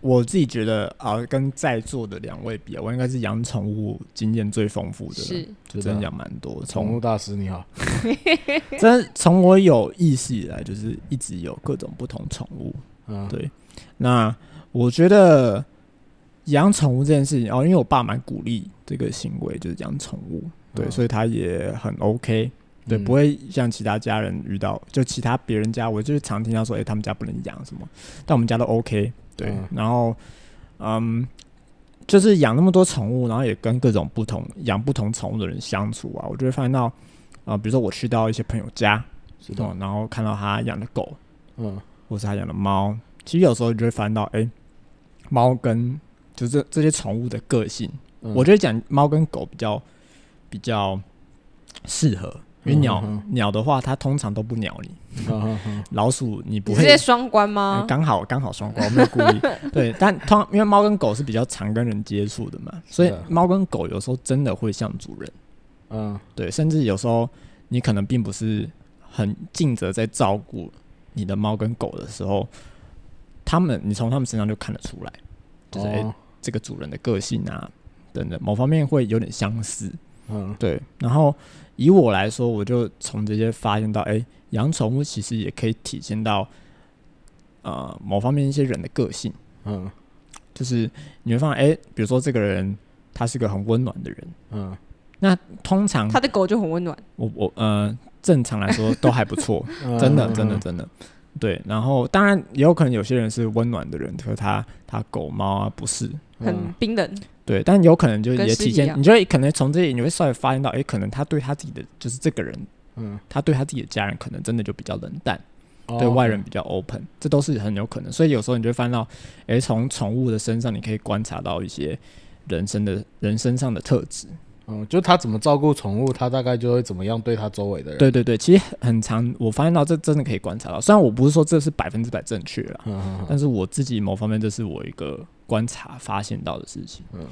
S3: 我自己觉得啊、跟在座的两位比啊，我应该是养宠物经验最丰富的，
S1: 是，
S3: 就
S2: 知道
S3: 真的养蛮多
S2: 宠
S3: 宠
S2: 物
S3: 物。
S2: 大师你好。
S3: 真的从我有意识以来，就是一直有各种不同宠物。
S2: 嗯，
S3: 对那我觉得养宠物这件事情哦，因为我爸蛮鼓励这个行为，就是养宠物，对，
S2: 嗯
S3: 所以他也很 OK。对，
S2: 嗯
S3: 不会像其他家人遇到，就其他别人家，我就是常听到说，哎、他们家不能养什么，但我们家都 OK。对，
S2: 嗯
S3: 然后，嗯，就是养那么多宠物，然后也跟各种不同养不同宠物的人相处啊，我就会发现到，啊、比如说我去到一些朋友家，
S2: 是
S3: 哦
S2: 的。
S3: 然后看到他养的狗，
S2: 嗯
S3: 或是他养的猫，其实有时候你就会翻到，哎、猫跟就是这这些宠物的个性，
S2: 嗯
S3: 我觉得讲猫跟狗比较比较适合，因为鸟、
S2: 嗯嗯
S3: 鸟的话，它通常都不鸟你，
S2: 嗯嗯嗯
S3: 老鼠你不
S1: 你
S3: 会
S1: 是在双关吗
S3: 哎？刚、好刚好双关，我没有故意。对，但通因为猫跟狗是比较常跟人接触的嘛，所以
S2: 是啊
S3: 猫跟狗有时候真的会像主人，
S2: 嗯
S3: 对，甚至有时候你可能并不是很尽责在照顾你的猫跟狗的时候，他们你从他们身上就看得出来，就是、哎
S2: 哦
S3: 这个主人的个性啊等等某方面会有点相似。
S2: 嗯
S3: 对，然后以我来说，我就从这些发现到，哎，养宠物其实也可以体现到，呃，某方面一些人的个性，
S2: 嗯
S3: 就是你会发现，哎，比如说这个人他是个很温暖的人，
S2: 嗯
S3: 通常
S1: 他的狗就很温暖，
S3: 我我呃，正常来说都还不错，
S2: 嗯
S3: 真的，真的，真的。对，然后当然也有可能有些人是温暖的人，可是他他狗猫啊不是，
S1: 很冰冷，
S2: <laughs>
S3: 对，但有可能就
S1: 跟
S3: 也
S1: 尸体
S3: 体
S1: 一
S3: 现，
S1: 样
S3: 你就会可能从这里你会稍微发现到，哎，可能他对他自己的就是这个人，
S2: 嗯，
S3: 他对他自己的家人可能真的就比较冷淡，
S2: 嗯
S3: 对外人，比较 open，这都是很有可能。所以有时候你就会发现到，哎，从宠物的身上你可以观察到一些人生的人身上的特质。
S2: 嗯，就他怎么照顾宠物，他大概就会怎么样对他周围的人。
S3: 对对对，其实很常我发现到这真的可以观察到，虽然我不是说这是百分之百正确啦，
S2: 嗯，嗯嗯
S3: 但是我自己某方面这是我一个观察发现到的事情。
S2: 嗯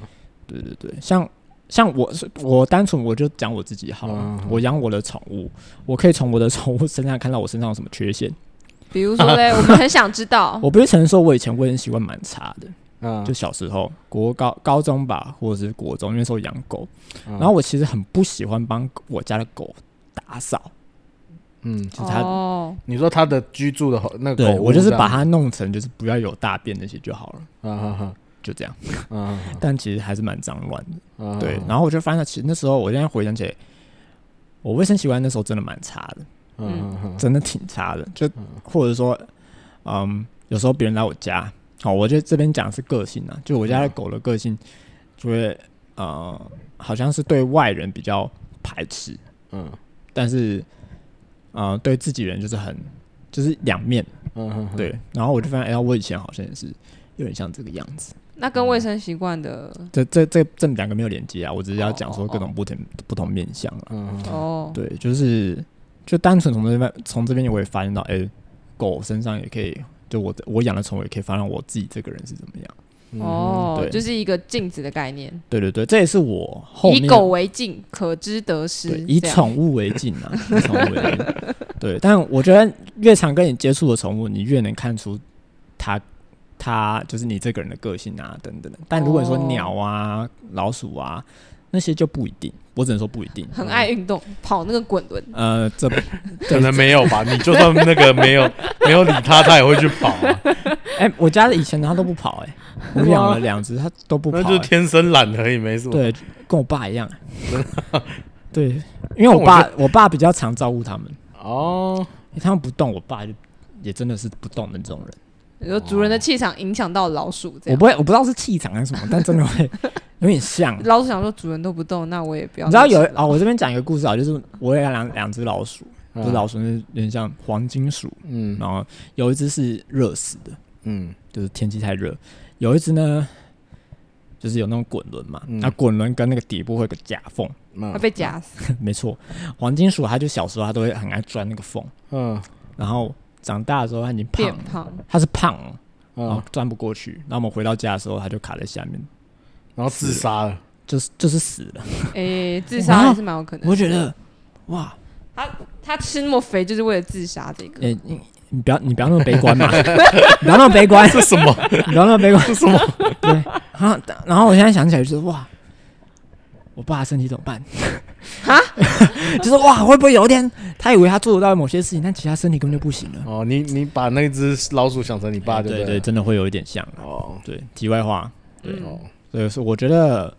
S3: 对对对，像像我是我单纯我就讲我自己好了，
S2: 嗯嗯嗯
S3: 我养我的宠物，我可以从我的宠物身上看到我身上有什么缺陷。
S1: 比如说嘞，哎我们很想知道，
S2: <laughs>
S3: 我必须承认说，我以前卫生习惯蛮差的，
S2: 嗯，
S3: 就小时候国高高中吧，或者是国中，因为那时候养狗，
S2: 嗯
S3: 然后我其实很不喜欢帮我家的狗打扫，
S2: 嗯，
S3: 就是它。
S1: 哦，
S2: 你说他的居住的那个
S3: 对
S2: 狗屋
S3: 我就是
S2: 这样
S3: 把它弄成就是不要有大便那些就好了，
S2: 嗯嗯嗯
S3: 就这样。
S2: 嗯嗯
S3: 但其实还是蛮脏乱的。
S2: 嗯，
S3: 对，然后我就发现，其实那时候我现在回想起来，我卫生习惯那时候真的蛮差的，
S2: 嗯嗯
S3: 真的挺差的。就
S2: 嗯
S3: 或者说，嗯，有时候别人来我家，好，我觉得这边讲是个性啊，就我家的
S2: 嗯
S3: 狗的个性，就会呃，好像是对外人比较排斥，
S2: 嗯
S3: 但是呃，对自己人就是很就是两面
S2: 嗯嗯，
S3: 对。然后我就发现，哎、呀，我以前好像也是有点像这个样子。
S1: 那
S2: 嗯
S1: 跟卫生习惯的
S3: 这这这这两个没有连接啊，我只是要讲
S1: 哦
S3: 说
S1: 哦哦
S3: 各种不同不同面向啊了。
S2: 嗯，嗯
S1: 哦，
S3: 对，就是就单纯从这边从这边我也发现到，哎、狗身上也可以，就我的我养的宠物也可以发现我自己这个人是怎么样。
S2: 嗯
S1: 哦
S3: 对，
S1: 就是一个镜子的概念，
S3: 对对对，这也是我后面
S1: 以狗为镜，可知得失
S3: 对，以
S1: 这样
S3: 宠物为镜啊，以宠物为镜。对，但我觉得越常跟你接触的宠物，你越能看出它。它就是你这个人的个性啊，等等的。但如果你说
S1: 哦
S3: 鸟啊、老鼠啊那些就不一定，我只能说不一定。
S1: 很爱运动，跑那个滚轮，
S3: 呃，这不
S2: <laughs> 可能没有吧？你就算那个没有没有理他，他也会去跑啊，
S3: <laughs> 哎、我家的以前的它都不跑、哎，
S2: <laughs>
S3: 我养了两只，它都不跑、
S2: 那就是
S3: 哎
S2: 天生懒而已，没什么。
S3: 对，跟我爸
S2: <laughs>
S3: 一样、哎对，因为我爸我爸比较常照顾他们，
S2: 哦，
S3: 哎他们不动，我爸就也真的是不动的那种人。
S1: 你说主人的气场影响到老鼠，这
S3: 哦我
S1: 样
S3: 不会，我不知道是气场还是什么，但真
S1: <laughs>
S3: 的会有点像。
S1: 老鼠想说主人都不动，那我也不要
S3: 你知道
S1: 那么
S3: 有
S1: 勤劳。
S3: 啊、我这边讲一个故事啊，就是我也养两两只老鼠，
S2: 嗯
S3: 不是老鼠，是有点像黄金鼠，
S2: 嗯
S3: 然后有一只是热死的，
S2: 嗯
S3: 就是天气太热。有一只呢，就是有那种滚轮嘛，
S2: 嗯
S3: 那滚轮跟那个底部会有个夹缝， <laughs>
S1: 它
S2: 嗯
S1: 被夹死，
S3: 没错。黄金鼠它就小时候它都会很爱钻那个缝，
S2: 嗯
S3: 然后长大的时候它已经胖
S1: 变
S3: 了，
S1: 胖，
S3: 它是胖哦，然后
S2: 嗯，
S3: 钻不过去。然后我们回到家的时候，它就卡在下面，
S2: 然后自杀了，
S3: 就是就是死了。
S1: 诶，自杀还是蛮有可能。
S3: 我觉得，哇，
S1: 他吃那么肥就是为了自杀，这个
S3: 诶、你你不要你不要那么悲 <laughs> 观嘛，你不要那么悲观，
S2: 这什么？
S3: 你不要那么悲观，什么？对，然后然后我现在想起来就是哇，我爸身体怎么办？
S1: 哈，
S3: <laughs> 就是哇，会不会有一天他以为他做得到某些事情，但其实他身体根本就不行了？
S2: 哦，你你把那只老鼠想成你爸就
S3: 哎对
S2: 哎对了，
S3: 真的会有一点像。啊
S2: 哦
S3: 对，题外话，对
S1: 嗯
S2: 哦，
S3: 对，是我觉得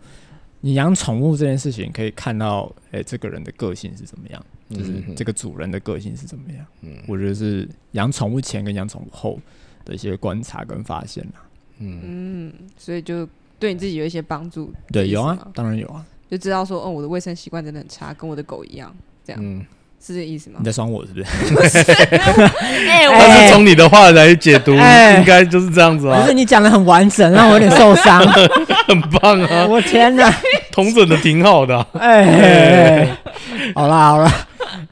S3: 你养宠物这件事情可以看到，哎、这个人的个性是怎么样，就是
S2: 嗯
S3: 这个主人的个性是怎么样。
S2: 嗯
S3: 我觉得是养宠物前跟养宠物后的一些观察跟发现啊啦。
S2: 嗯
S1: 嗯，所以就对你自己有一些帮助。
S3: 对，有
S1: 意思
S3: 啊
S1: 吗，
S3: 当然有啊。
S1: 就知道说，嗯，我的卫生习惯真的很差，跟我的狗一样，这样
S2: 嗯，
S1: 是这意思吗
S3: 你？在酸我是不是？
S1: 哎
S2: 但是从你的话来解读，
S3: 哎
S2: 应该就是这样子
S3: 不
S2: 啊
S3: 是，，你讲的很完整，让我有点受
S2: <laughs>
S3: 伤。
S2: 很棒啊，
S3: 我天哪！
S2: 同整的挺好的啊。
S3: 哎、 <laughs> 好啦好啦，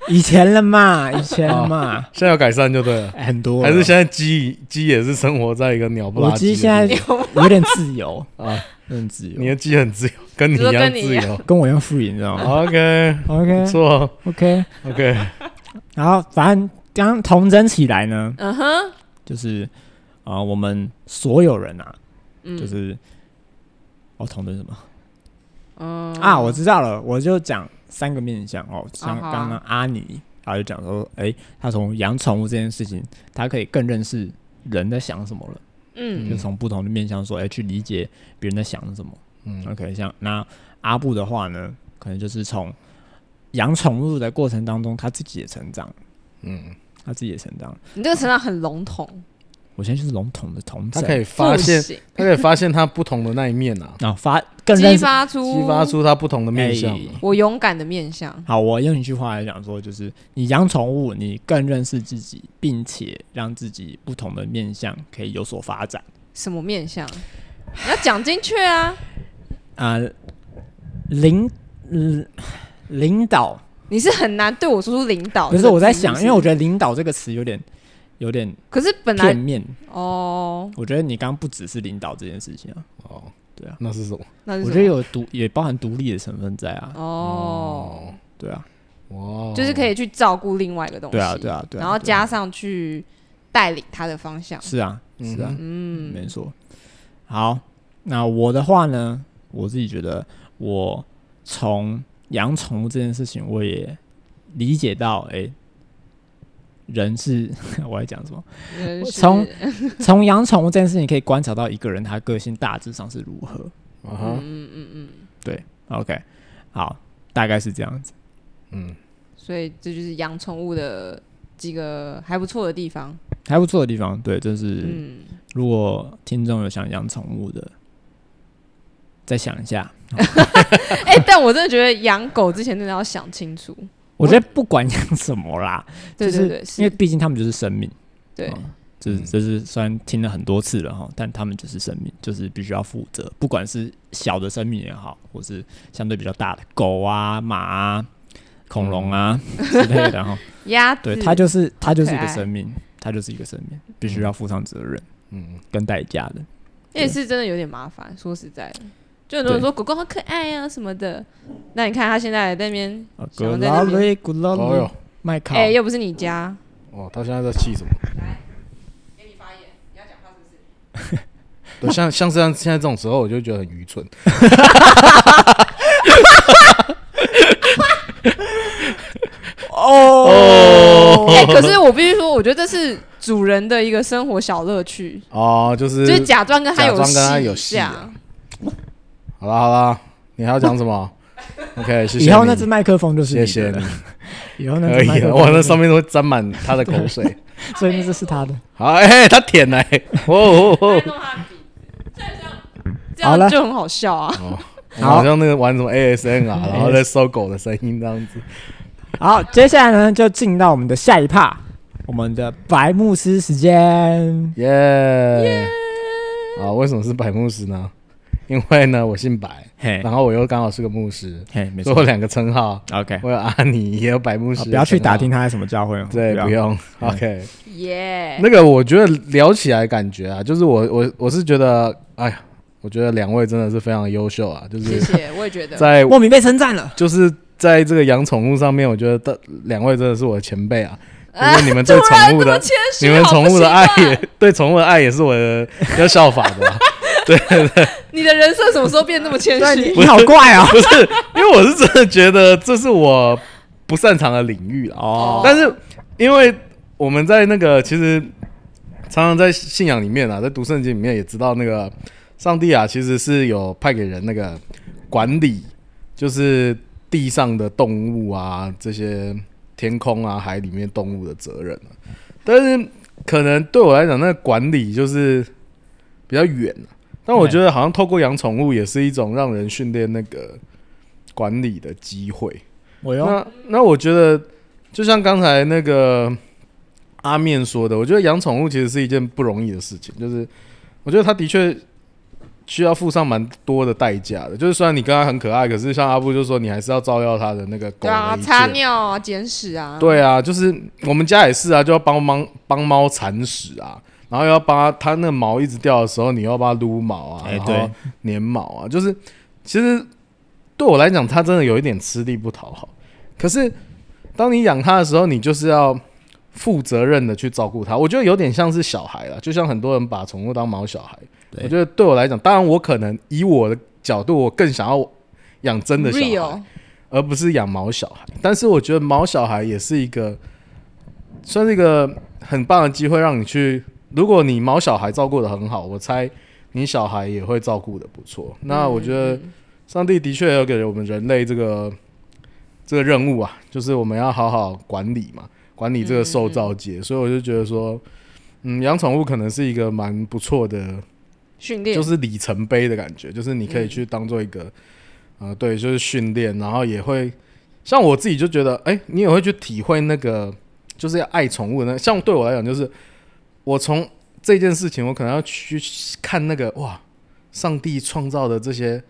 S3: 以前了嘛，以前了嘛，
S2: 现在要改善就对了。
S3: 哎哦很多了
S2: 还是现在鸡鸡也是生活在一个鸟不拉
S3: 我
S2: 几
S3: 其
S2: 的
S3: 实现
S2: 地
S3: 在有点自由，
S2: 方 <laughs> 啊，
S3: 有点自
S2: 你
S3: 由，
S2: 的鸡很自由，跟你一
S1: 就
S2: 样
S1: 跟你一
S2: 自
S1: 样
S2: 由。
S3: 跟我一样 free，你知道吗
S2: OK，不
S1: 嗯
S3: ？OK
S2: 错
S3: OK，
S2: ，OK，
S3: 然后反正刚童真起来呢，
S1: 嗯哼，
S3: 就是啊、呃我们所有人啊，
S1: 嗯，
S3: 就是、哦，童真什么、
S1: 嗯
S3: 啊？我知道了，我就讲三个面向哦，像
S1: 啊好啊
S3: 刚刚阿尼，他就讲说，哎、他从养宠物这件事情，他可以更认识人在想什么了。
S1: 嗯
S3: 就从不同的面向说，哎、去理解别人在想什么。
S2: 嗯
S3: OK，像那阿布的话呢，可能就是从养宠物的过程当中，它自己也成长，
S2: 嗯，
S3: 它自己也成长。
S1: 你这个成长很笼统，
S3: 我现在就是笼统的童
S2: 他
S3: 仔，
S2: 可以
S1: 不
S2: 发现，
S1: 行，
S2: 他可以发现他不同的那一面
S1: <laughs>
S2: 啊，
S3: 啊、发更认
S1: 激
S3: 识。
S1: 发出
S2: 激发出他不同的面相啊。
S3: 哎
S1: 我勇敢的面相。
S3: 好，我用一句话来讲说，就是你养宠物，你更认识自己，并且让自己不同的面相可以有所发展。
S1: 什么面相？你要讲精确
S3: <laughs>
S1: 啊！
S3: 啊、领、嗯领导，
S1: 你是很难对我说出领导。
S3: 不是我在想，因为我觉
S1: 得，
S3: 得领导这个词有点有点
S1: 可是本
S3: 片
S1: 来
S3: 面。
S1: 哦，
S3: 我觉得你刚刚不只是领导这件事情啊，
S2: 哦，
S3: 对啊，
S2: 那是什么？
S1: 那是
S3: 我
S1: 什
S3: 觉得
S1: 么
S3: 有独也包含独立的成分在啊，
S1: 哦，
S3: 对啊，
S2: 哇，
S1: 就是可以去照顾另外一个东西，
S3: 对啊，对啊，对啊，
S1: 然后
S3: 对啊
S1: 加上去带领他的方向。
S3: 是啊，
S2: 嗯哼
S3: 是啊，
S1: 嗯，
S3: 没错。好，那我的话呢，我自己觉得我从养宠物这件事情，我也理解到，哎、人是 <laughs> 我在讲
S1: <laughs>
S3: 什么？
S1: 真是
S3: 从从养宠物这件事情，可以观察到一个人他个性大致上是如何。
S2: 啊
S1: 嗯
S2: 哈，
S1: 嗯嗯嗯，
S3: 对，OK，好，大概是这样子。
S2: 嗯，
S1: 所以这就是养宠物的几个还不错的地方。
S3: 还不错的地方，对，就是、
S1: 嗯，
S3: 如果听众有想养宠物的，再想一下。
S1: <laughs> 哎，但我真的觉得养狗之前真的要想清楚。
S3: 我觉得不管养什么啦，
S1: 对
S3: 就
S1: 对
S3: 是
S1: 对，
S3: 因
S1: 是，
S3: 为毕竟他们就是生命，
S1: 对
S3: 哦，就是
S2: 嗯
S3: 就是虽然听了很多次了哈，但他们就是生命，就是必须要负责，不管是小的生命也好，或是相对比较大的狗啊、马啊、恐龙啊、 <laughs> 之类的哈，
S1: 鸭子， <laughs>
S3: 对，它就是它就是一
S1: 嗯好
S3: 个
S1: 可爱
S3: 生命，它就是一个生命，必须要负上责任
S2: 嗯，
S3: 跟代价的。
S1: 也是真的有点麻烦。说实在的，就很多人说狗狗好可爱啊什么的，那你看它现在在那边，
S3: 啊，
S1: 想
S3: 咕
S1: 要在那
S3: 啦
S1: 边
S3: 嘞，咕啦
S1: 嗯
S2: 哦
S3: 嘞
S2: 哟，，
S3: 麦考，
S1: 哎，又不是你家，
S2: 哦，他现在在气什么？
S1: 给你发言，你要讲话是不是？
S2: 对，像像这样现在这种时候，我就觉得很愚蠢。
S3: 哦，
S1: 哎，可是我必须说，我觉得这是主人的一个生活小乐趣，
S2: 哦，就是
S1: 就是假装跟他
S2: 假装跟他
S1: 有
S2: 有
S1: 戏
S2: 戏
S1: 这
S2: 啊
S1: 样。
S2: 好啦好啦，你还要讲什么
S1: <laughs>
S2: ？OK，谢谢你。
S3: 以后那只麦克风就是你
S2: 谢
S3: 的
S2: 谢你
S3: 了，，以后那
S2: 可
S3: 只麦
S2: 以
S3: 克
S2: 了，
S3: 风
S2: 哇，
S3: 就
S2: 那
S3: 是
S2: 上面都会沾满他的口水。
S3: 你的，所以那只是他的。
S2: 好，哎，他舔了，哎哦哦哦
S1: 在弄他的鼻子，这样这
S3: 好了
S1: 样就很好笑啊！
S2: 哦，
S3: 好
S2: 好像那个玩什么 ASMR，然
S1: <laughs>
S2: 啊
S1: 哎
S2: 后在搜狗的声音这样子。
S3: 好，接下来呢就进到我们的下一趴，我们的白牧师时间。
S2: 耶！啊，为什么是白牧师呢？因为呢，我姓白，
S3: 嘿
S2: 然后我又刚好是个牧师，
S3: 嘿，哎没
S2: 所以我两个称号，
S3: OK，
S2: 我有阿尼，也有白牧
S3: 好
S2: 师。
S3: 不要去打听，他是什么教会哦。
S2: 对，不
S3: 要。
S2: 用。OK，
S1: 耶，
S2: 那个我觉得聊起来感觉啊，就是我我我是觉得，哎呀，我觉得两位真的是非常优秀啊，就
S1: 谢
S2: 是
S1: 谢，我也觉得。
S2: 在
S3: 莫名被称赞了。
S2: 就是在这个养宠物上面，我觉得大两位真的是我的前辈啊，
S1: 啊
S2: 就是
S1: <laughs>
S2: 你们对
S1: 突然
S2: 宠物
S1: 这么
S2: 的
S1: 谦虚啊
S2: 你们
S1: 好不
S2: 宠物的
S1: 习
S2: 爱
S1: 惯
S2: 也 <laughs> 对宠物的爱也是我的要效法的 <laughs> 啊、
S1: 你的人设什么时候变那么谦
S2: <laughs>
S3: 对
S1: 虚？
S3: 你，你好怪哦。
S2: 不是，因为我是真的觉得这是我不擅长的领域啊。
S3: 哦，
S2: 但是因为我们在那个其实常常在信仰里面啊，在读圣经里面也知道那个上帝啊，其实是有派给人那个管理，就是地上的动物啊，这些天空啊、海里面动物的责任、啊、但是可能对我来讲，那个管理就是比较远、啊、但我觉得好像透过养宠物也是一种让人训练那个管理的机会。
S3: 我用
S2: 那那我觉得，就像刚才那个阿面说的，我觉得养宠物其实是一件不容易的事情，就是我觉得它的确需要付上蛮多的代价的。就是虽然你跟它很可爱，可是像阿布就说，你还是要照料它的那个狗
S1: 对啊，
S2: 的一
S1: 擦
S2: 切。
S1: 尿啊，捡屎啊，
S2: 对啊，就是我们家也是啊，就要帮忙帮猫铲屎啊，然后又要帮它，它那毛一直掉的时候，你又要帮它撸毛啊，
S3: 哎
S2: 然后
S3: 对
S2: 粘毛啊，就是其实对我来讲，它真的有一点吃力不讨好。可是当你养它的时候，你就是要负责任的去照顾它。我觉得有点像是小孩啦，就像很多人把宠物当毛小孩。
S3: 对
S2: 我觉得对我来讲，当然我可能以我的角度，我更想要养真的小孩。
S1: real，
S2: 而不是养毛小孩。但是我觉得毛小孩也是一个，算是一个很棒的机会，让你去。如果你毛小孩照顾的很好，我猜你小孩也会照顾的不错。那我觉得上帝的确有给我们人类这个这个任务啊，就是我们要好好管理嘛，管理这个受造界，所以我就觉得说，嗯，养宠物可能是一个蛮不错的
S1: 训练，
S2: 就是里程碑的感觉，就是你
S3: 嗯
S2: 可以去当做一个，呃，对，就是训练，然后也会像我自己就觉得，哎、你也会去体会那个就是要爱宠物的那像对我来讲，就是我从这件事情，我可能要去看那个哇，上帝创造的这些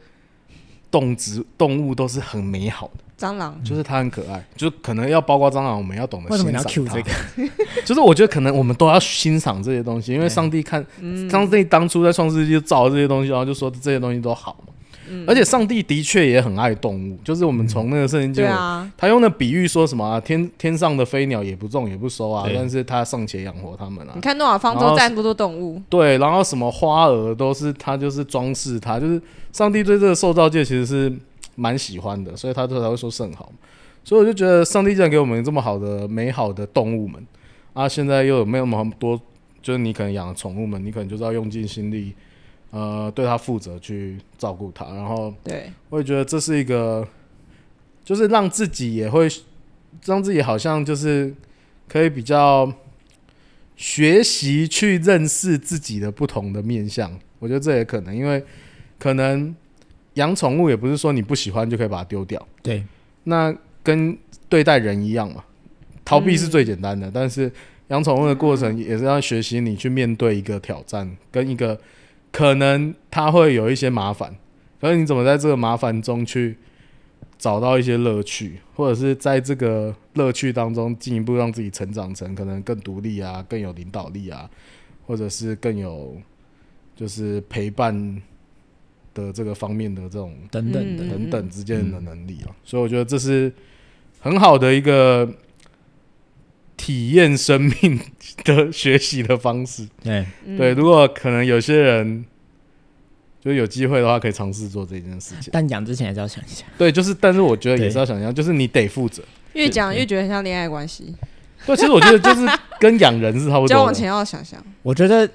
S2: 动植动物都是很美好的，
S1: 蟑螂
S2: 就是它很可爱，就可能要包括蟑螂，我们要懂得
S3: 嗯为什
S2: 欣
S3: 么你要
S2: 赏
S3: Q
S2: 它
S3: 这个？
S2: 就是我觉得可能我们都要欣赏这些东西，因为上帝看，
S1: 嗯
S2: 上帝当初在创世纪就造了这些东西，然后就说这些东西都好嘛。
S1: 嗯
S2: 而且上帝的确也很爱动物，就是我们从那个圣经经
S1: 对
S2: 文，
S1: 啊，
S2: 他用的比喻说什么啊，天天上的飞鸟也不种也不收啊，
S3: 对
S2: 但是他尚且养活他们啊
S1: 你。看诺亚方
S2: 然
S1: 舟
S2: 后
S1: 站多多动物，
S2: 对，然后什么花儿都是他就是装饰它，就是上帝对这个受造界其实是蛮喜欢的，所以他才会说是很好嘛。所以我就觉得上帝既然给我们这么好的美好的动物们啊，现在又有没有那么多，就是你可能养的宠物们，你可能就是要用尽心力，呃，对它负责去照顾它，然后
S1: 对，
S2: 我也觉得这是一个，就是让自己也会让自己好像就是可以比较学习去认识自己的不同的面相。我觉得这也可能，因为可能养宠物也不是说你不喜欢就可以把它丢掉，
S3: 对，
S2: 那跟对待人一样嘛，逃避是最简单的，但是养宠物的过程也是要学习你去面对一个挑战，跟一个可能它会有一些麻烦，可是你怎么在这个麻烦中去找到一些乐趣，或者是在这个乐趣当中进一步让自己成长成可能更独立啊，更有领导力啊，或者是更有就是陪伴的这个方面的这种
S3: 等等的
S1: 嗯，
S2: 等等之间的能力啊，所以我觉得这是很好的一个体验生命的学习的方式。
S3: 对，
S1: 嗯
S2: 对，如果可能有些人就有机会的话，可以尝试做这件事情。
S3: 但讲之前还是要想一下，
S2: 对，就是，但是我觉得也是要想象，就是你得负责。
S1: 越讲越觉得很像恋爱关系，
S2: 对，其实我觉得就是跟养人是差不
S1: 交
S2: 多
S1: 往
S2: 的。
S1: 前要想想，
S3: 我觉得
S1: 不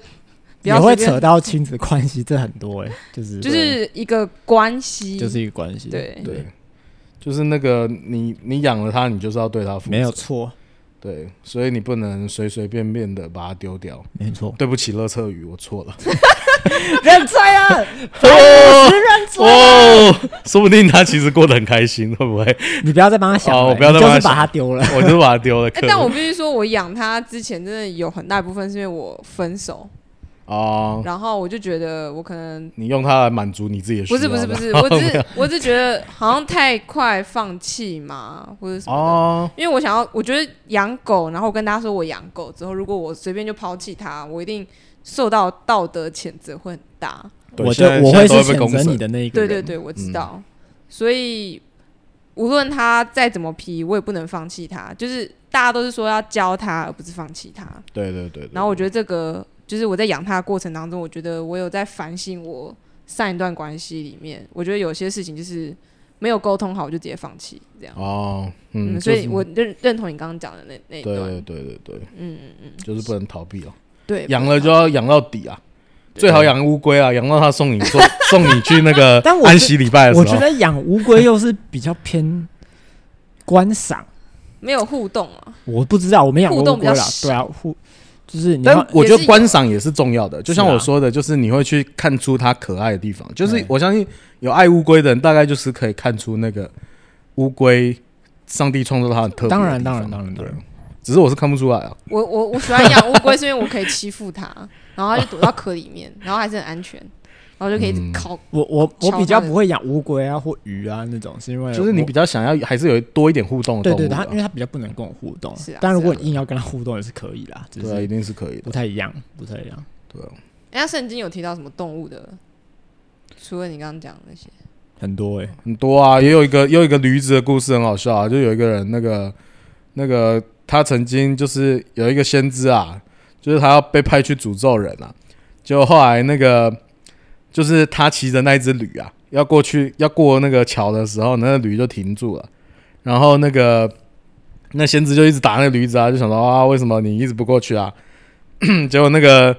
S3: 也
S1: 要
S3: 会
S1: 随便
S3: 扯到亲子关系，这很多哎，就是
S1: 就是一个关系，
S3: 就是一个关系，，
S1: 对，
S2: 对，就是那个你你养了它，你就是要对它负责。
S3: 没有错，
S2: 对，所以你不能随随便便的把它丢掉。
S3: 没错，
S2: 对不起，乐色鱼，我错了。
S3: 认错了，认错了，
S2: 哦，说不定他其实过得很开心，会不会？
S3: <laughs> 你不要再帮他想
S2: 哦
S3: 了，欸
S2: 我不要再
S3: 你就
S2: 帮他
S3: 是把
S2: 想
S3: 他丢了，
S2: 我就把它丢了。可
S1: 哎，
S2: 能
S1: 但我必须说，我养它之前真的有很大一部分是因为我分手，
S2: 哦，
S1: 然后我就觉得我可能
S2: 你用它来满足你自己的
S1: 不
S2: 需要，
S1: 是不是不
S2: 这 <laughs>
S1: 是，
S2: 样
S1: 我只是我只觉得好像太快放弃嘛，或者什么的。
S2: 哦，
S1: 因为我想要，我觉得养狗，然后我跟大家说我养狗之后，如果我随便就抛弃它，我一定受到道德谴责会很大。
S2: 哦对
S3: 我就
S2: 现在
S3: 我
S2: 现在
S3: 会是
S2: 都会被
S3: 谴
S2: 公
S3: 责
S2: 审
S3: 你的那一个
S1: 对
S3: 人，
S1: 对对，我
S2: 嗯
S1: 知道。所以无论它再怎么皮，我也不能放弃它。就是大家都是说要教它，而不是放弃它。
S2: 对对对。
S1: 然后我觉
S2: 得
S1: 得这个就是我在养它的过程当中，我觉得我有在反省我上一段关系里面，我觉得有些事情就是没有沟通好，我就直接放弃这样。
S2: 哦，嗯，
S1: 嗯，所
S2: 就
S1: 以
S2: 是
S1: 我认认同你刚刚讲的那那一
S2: 对
S1: 段，
S2: 对对对对，嗯嗯嗯，就是不能逃避哦，
S1: 对，
S2: 养了就要养到底啊。最好养乌龟啊，养到它送你送 <laughs> 送你去那个
S3: 但我
S2: 安
S3: 觉
S2: 息礼拜的时
S3: 我
S2: 候，
S3: 觉得养乌龟又是比较偏观赏，
S1: 没有互动啊，
S3: 我不知道，我没养过
S1: 互动
S3: 乌龟
S1: 比
S3: 啦
S1: 较，少
S3: 对啊，互就是你要
S2: 但我
S1: 也
S2: 觉
S1: 是
S2: 得
S1: 有
S2: 观赏也是重要的，就像
S3: 是啊
S2: 我说的，就是你会去看出它可爱的地方。就是
S3: 对
S2: 我相信有爱乌龟的人，大概就是可以看出那个乌龟上帝创造它很特别的
S3: 当然
S2: 地方
S3: 当然当然当然
S2: 对只是我是看不出来啊。
S1: 我我我喜欢养乌龟，是因为我可以欺负它，然后它就躲到壳里面，然后还是很安全，然后就可以一直
S2: 嗯
S1: 靠。
S3: 我我
S1: 敲
S3: 我
S1: 它
S3: 比较
S1: 的
S3: 不会养乌龟啊或鱼啊那种，是因为
S2: 就是你
S3: 我
S2: 比较想要还是有多一点互动的
S3: 对
S2: 动
S3: 对
S2: 物
S3: 对，它
S2: 啊，
S3: 因为它比较不能跟我互动
S1: 是啊，
S3: 但如
S1: 是啊
S3: 果你硬要跟它互动也是可以啦，只
S2: 对啊，一
S3: 是
S2: 定是可以的
S3: 不。太一样，不太一样。
S2: 对啊，
S1: 人家哎圣经有提到什么动物的，除了你刚刚讲的那些，
S3: 很多哎、
S2: 很多啊，也有一个也有一个驴子的故事很好笑啊，就有一个人那个那个他曾经就是有一个先知啊，就是他要被派去诅咒人啊，结果后来那个就是他骑着那一只驴啊，要过去要过那个桥的时候，那个驴就停住了，然后那个那先知就一直打那个驴子啊，就想到啊为什么你一直不过去啊？ <coughs> 结果那个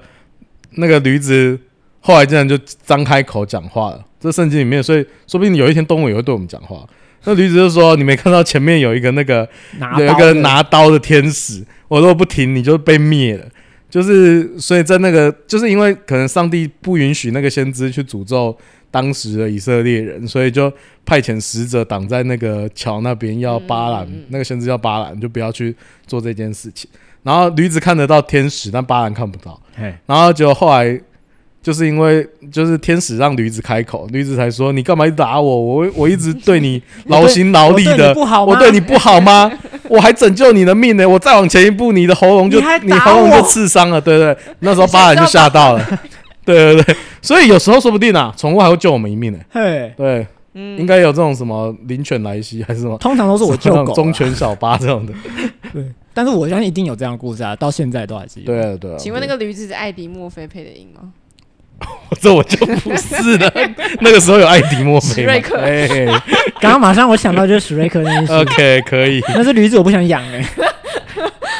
S2: 那个驴子后来竟然就张开口讲话了，这圣经里面，所以说不定有一天动物也会对我们讲话。那驴子就说：“你没看到前面有一个那个
S3: 拿
S2: 有一
S3: 刀
S2: 个
S3: 的
S2: 拿刀的天使，我如果不停，你就被灭了。”就是所以在那个，就是因为可能上帝不允许那个先知去诅咒当时的以色列人，所以就派遣使者挡在那个桥那边，要巴兰、
S1: 嗯嗯嗯
S2: 那个先知要巴兰，就不要去做这件事情。然后驴子看得到天使，但巴兰看不到。
S3: 嘿
S2: 然后结果后来就是因为就是天使让驴子开口，驴子才说：“你干嘛一直打我？我我一直对你劳心劳力
S3: 我对你
S2: 的，
S3: 不好吗
S2: 我对你不好吗？ <laughs> 我还拯救你的命呢！我再往前一步，你的喉咙就
S3: 你还打
S2: 你喉咙就
S3: 我
S2: 刺伤了，对不对？那时候巴兰就吓到了，对对对。所以有时候说不定啊，宠物还会救我们一命呢、
S3: 嘿，
S2: 对，
S1: 嗯
S2: 应该有这种什么灵犬莱西 <laughs> 还是什么，
S3: 通常都是我救
S2: 那种
S3: 狗
S2: 忠
S3: 啊，
S2: 犬小八这种的。
S3: 但是我相信一定有这样的故事啊，到现在都还是有。
S2: 对啊对啊。
S1: 请问那个驴子是艾迪墨菲配的音吗？
S2: 这我就不
S1: <laughs>
S2: 是了。那个时候有艾迪墨菲
S1: 史
S2: 吗
S1: 瑞克
S2: 哎、
S3: 刚刚马上我想到就是史瑞克那一些，
S2: <laughs> OK，可以。
S3: 那是驴子我不想养哎、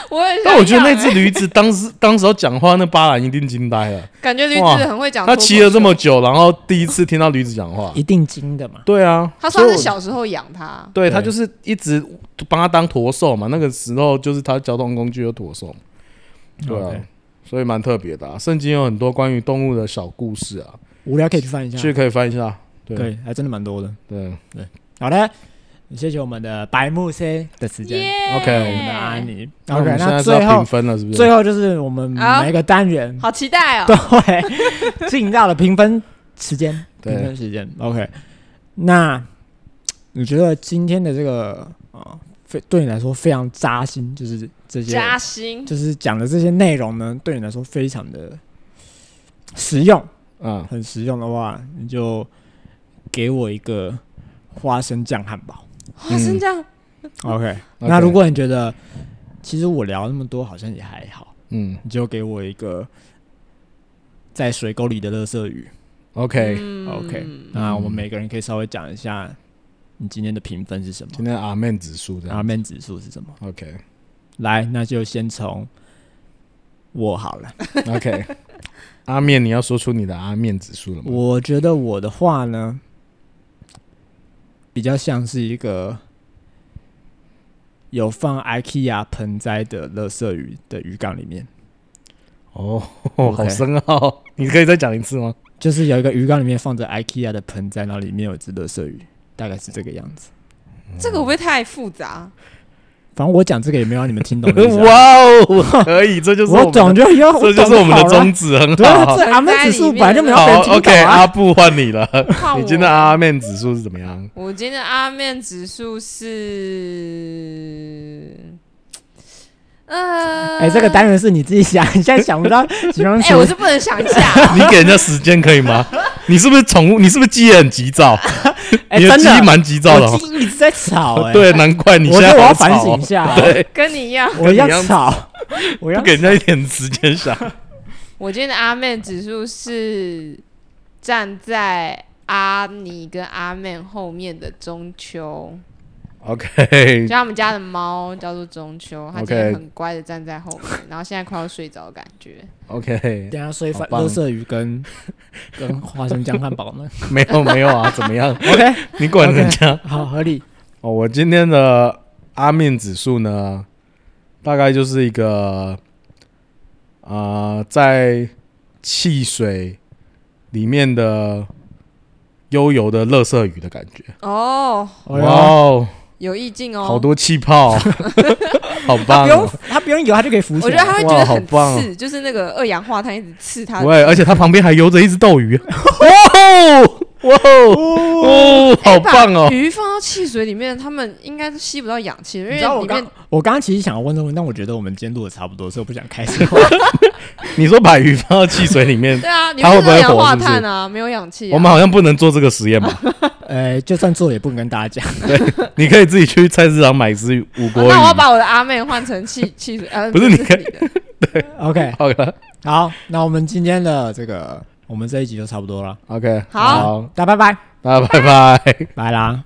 S1: 我也想
S2: 但我觉得那
S1: 养
S2: 只
S1: 欸
S2: 驴子当时当时候讲话，那巴兰一定惊呆了。
S1: 感觉驴子
S2: 哇
S1: 很会讲脱
S2: 他
S1: 口秀，
S2: 骑了这么久，然后第一次听到驴子讲
S3: <laughs>
S2: 话。
S3: 一定精的嘛。
S2: 对啊，
S1: 他算
S2: 所以
S1: 是
S2: 我。
S1: 小时候养它，
S2: 对
S3: 对
S2: 他就是一直帮他当驼兽嘛，那个时候就是他交通工具有驼兽嘛，对啊
S3: OK
S2: 所以蛮特别的、啊。圣经有很多关于动物的小故事啊，
S3: 无聊可以去翻一下，
S2: 去可以翻一下。对
S3: 对，还真的蛮多的。
S2: 对，
S3: 好的，谢谢我们的白木 C 的时间，
S1: 耶
S2: OK，
S3: 我们的安妮。
S2: 那我
S3: OK，
S2: 们现在
S3: 那
S2: 是要
S3: 最
S2: 评
S3: 后
S2: 分了，是不
S3: 最
S2: 是？
S3: 后就是我们
S1: 好
S3: 每个单元
S1: 好期待
S3: <laughs> 都
S1: 哦！
S3: 会进到了评分时间，
S2: 对
S3: 评分时间。OK，那你觉得今天的这个啊，非对你来说非常扎心，就是这些
S1: 扎心，
S3: 就是讲的这些内容呢，对你来说非常的实用，
S2: 嗯，
S3: 很实用的话，你就给我一个花生酱汉堡。
S1: 花生酱
S3: OK，,
S2: OK
S3: 那如果你觉得其实我聊那么多好像也还好，
S2: 嗯
S3: 你就给我一个在水沟里的乐色鱼。
S2: ，OK，
S1: 嗯
S3: OK，那我们每个人可以稍微讲一下你今天的评分是什么，
S2: 今天阿曼指数这
S3: 然后
S2: 样。
S3: 面指数是什么。
S2: OK
S3: 来，那就先从我好了。
S2: OK，阿面，你要说出你的阿面指数了吗？
S3: 我觉得我的话呢，比较像是一个有放 IKEA 盆栽的垃圾鱼的鱼缸里面，
S2: 哦，
S3: OK
S2: 好深奥，你可以再讲一次吗？
S3: 就是有一个鱼缸里面放着 IKEA 的盆栽，然后里面有一只垃圾鱼，大概是这个样子。
S1: 这个会不会太复杂？
S3: 反正我讲这个也没有让你们听懂的 <laughs> 意思啊。
S2: <laughs> 哇哦，可以，这就是
S3: 我
S2: 们的
S3: 懂，就要，
S2: <laughs> 这就是我们的宗
S3: 中。
S2: 旨，很
S3: 对啊，
S2: 好。
S3: 这阿妹指数本来就没有被人
S2: 好
S3: 听
S2: ，OK，
S3: 懂啊
S2: 阿。布换你了。
S1: 换我
S2: 你今天的啊阿面指数是怎么样？
S1: 我今天的阿面指数是，呃，
S3: 哎，这个单元是你自己想，你现在想不到形
S2: <laughs>
S3: 容
S1: 哎，我
S3: 词
S1: 是。不能想一下，
S2: 你给人家时间可以
S3: <laughs>
S2: 吗？你是不是宠物？你是不是记忆很急躁？
S3: 哎，
S2: 你的
S3: 真
S2: 记
S3: 的
S2: 忆，蛮急躁的
S3: 我
S2: 哦。
S3: 记忆一直在吵。
S2: <laughs>
S3: 哎，
S2: 对，啊难怪你
S3: 我
S2: 现
S3: 觉
S2: 在
S3: 得我
S2: 好
S3: 要
S2: 吵
S3: 反省
S2: 哦
S3: 一下。啊
S2: 对，
S1: 跟你一样。
S3: <laughs> 我
S2: 跟你
S3: 要
S2: 一样
S3: 吵，我要
S2: 不给人家一点时间想。
S1: 我今天的阿妹指数是站在阿尼跟阿妹后面的中秋，
S2: 嗯 OK，
S1: 就他们家的猫叫做中秋，它今天
S2: OK
S1: 很乖的站在后面，然后现在快要睡着的感
S2: <laughs>
S1: 觉。
S2: OK，
S3: 等一下所以反
S2: 好棒
S3: 乐色鱼 <laughs> 跟跟花生酱汉堡呢
S2: <laughs> 没有没有啊，怎么样？
S3: ？OK，
S2: <laughs> 你管人家
S3: <laughs> 好合理。
S2: 哦。我今天的阿面指数呢，大概就是一个呃，在汽水里面的悠游的乐色鱼的感觉。
S1: 哦，
S3: 哎
S2: 哇
S3: 呦，
S2: 哦，
S1: 有意境哦，
S2: 好多气泡、哦，好
S3: 它
S2: 棒、
S3: 不用
S2: 哦！
S3: 它不用游，它就可以浮
S1: 我
S3: 起
S1: 觉得
S3: 来。
S1: 他会觉得
S2: 啊哇好
S1: 很刺，
S2: 棒哦
S1: 就是那个二氧化碳一直刺他。
S2: 喂，而且它旁边还游着一只斗鱼。哇哦！哇哦！哦，
S1: 哎
S2: 好棒哦
S1: 把！鱼放到汽水里面，他们应该都吸不到氧气，因
S3: 你知道
S1: 为
S3: 我
S1: 里
S3: 刚
S1: 面
S3: 我刚刚其实想要问这个问题，但我觉得我们今天录的差不多，所以我不想开始。
S2: <laughs> 你说把鱼放到汽水里
S1: <laughs>
S2: 面
S1: 对，啊，里
S2: 它
S1: 面
S2: 会
S1: 是
S2: 不会
S1: 二氧
S2: 火
S1: 化
S2: 是不是
S1: 碳啊，没有氧气啊。
S2: 我们好像不能做这个实验吧？
S3: 呃，就算做也不能跟大家讲。
S2: 你可以自己去菜市场买一只五
S1: 啊
S2: 国鱼。
S1: 那我要把我的阿妹换成汽汽水，呃，
S2: 不是
S1: 这
S2: 你可以
S1: 的
S3: OK，
S2: 好了
S3: 好，那我们今天的这个我们这一集就差不多了，
S2: ，OK，
S1: 好
S2: 好，
S3: 大家拜拜，
S2: 大家拜拜。
S3: 拜啦。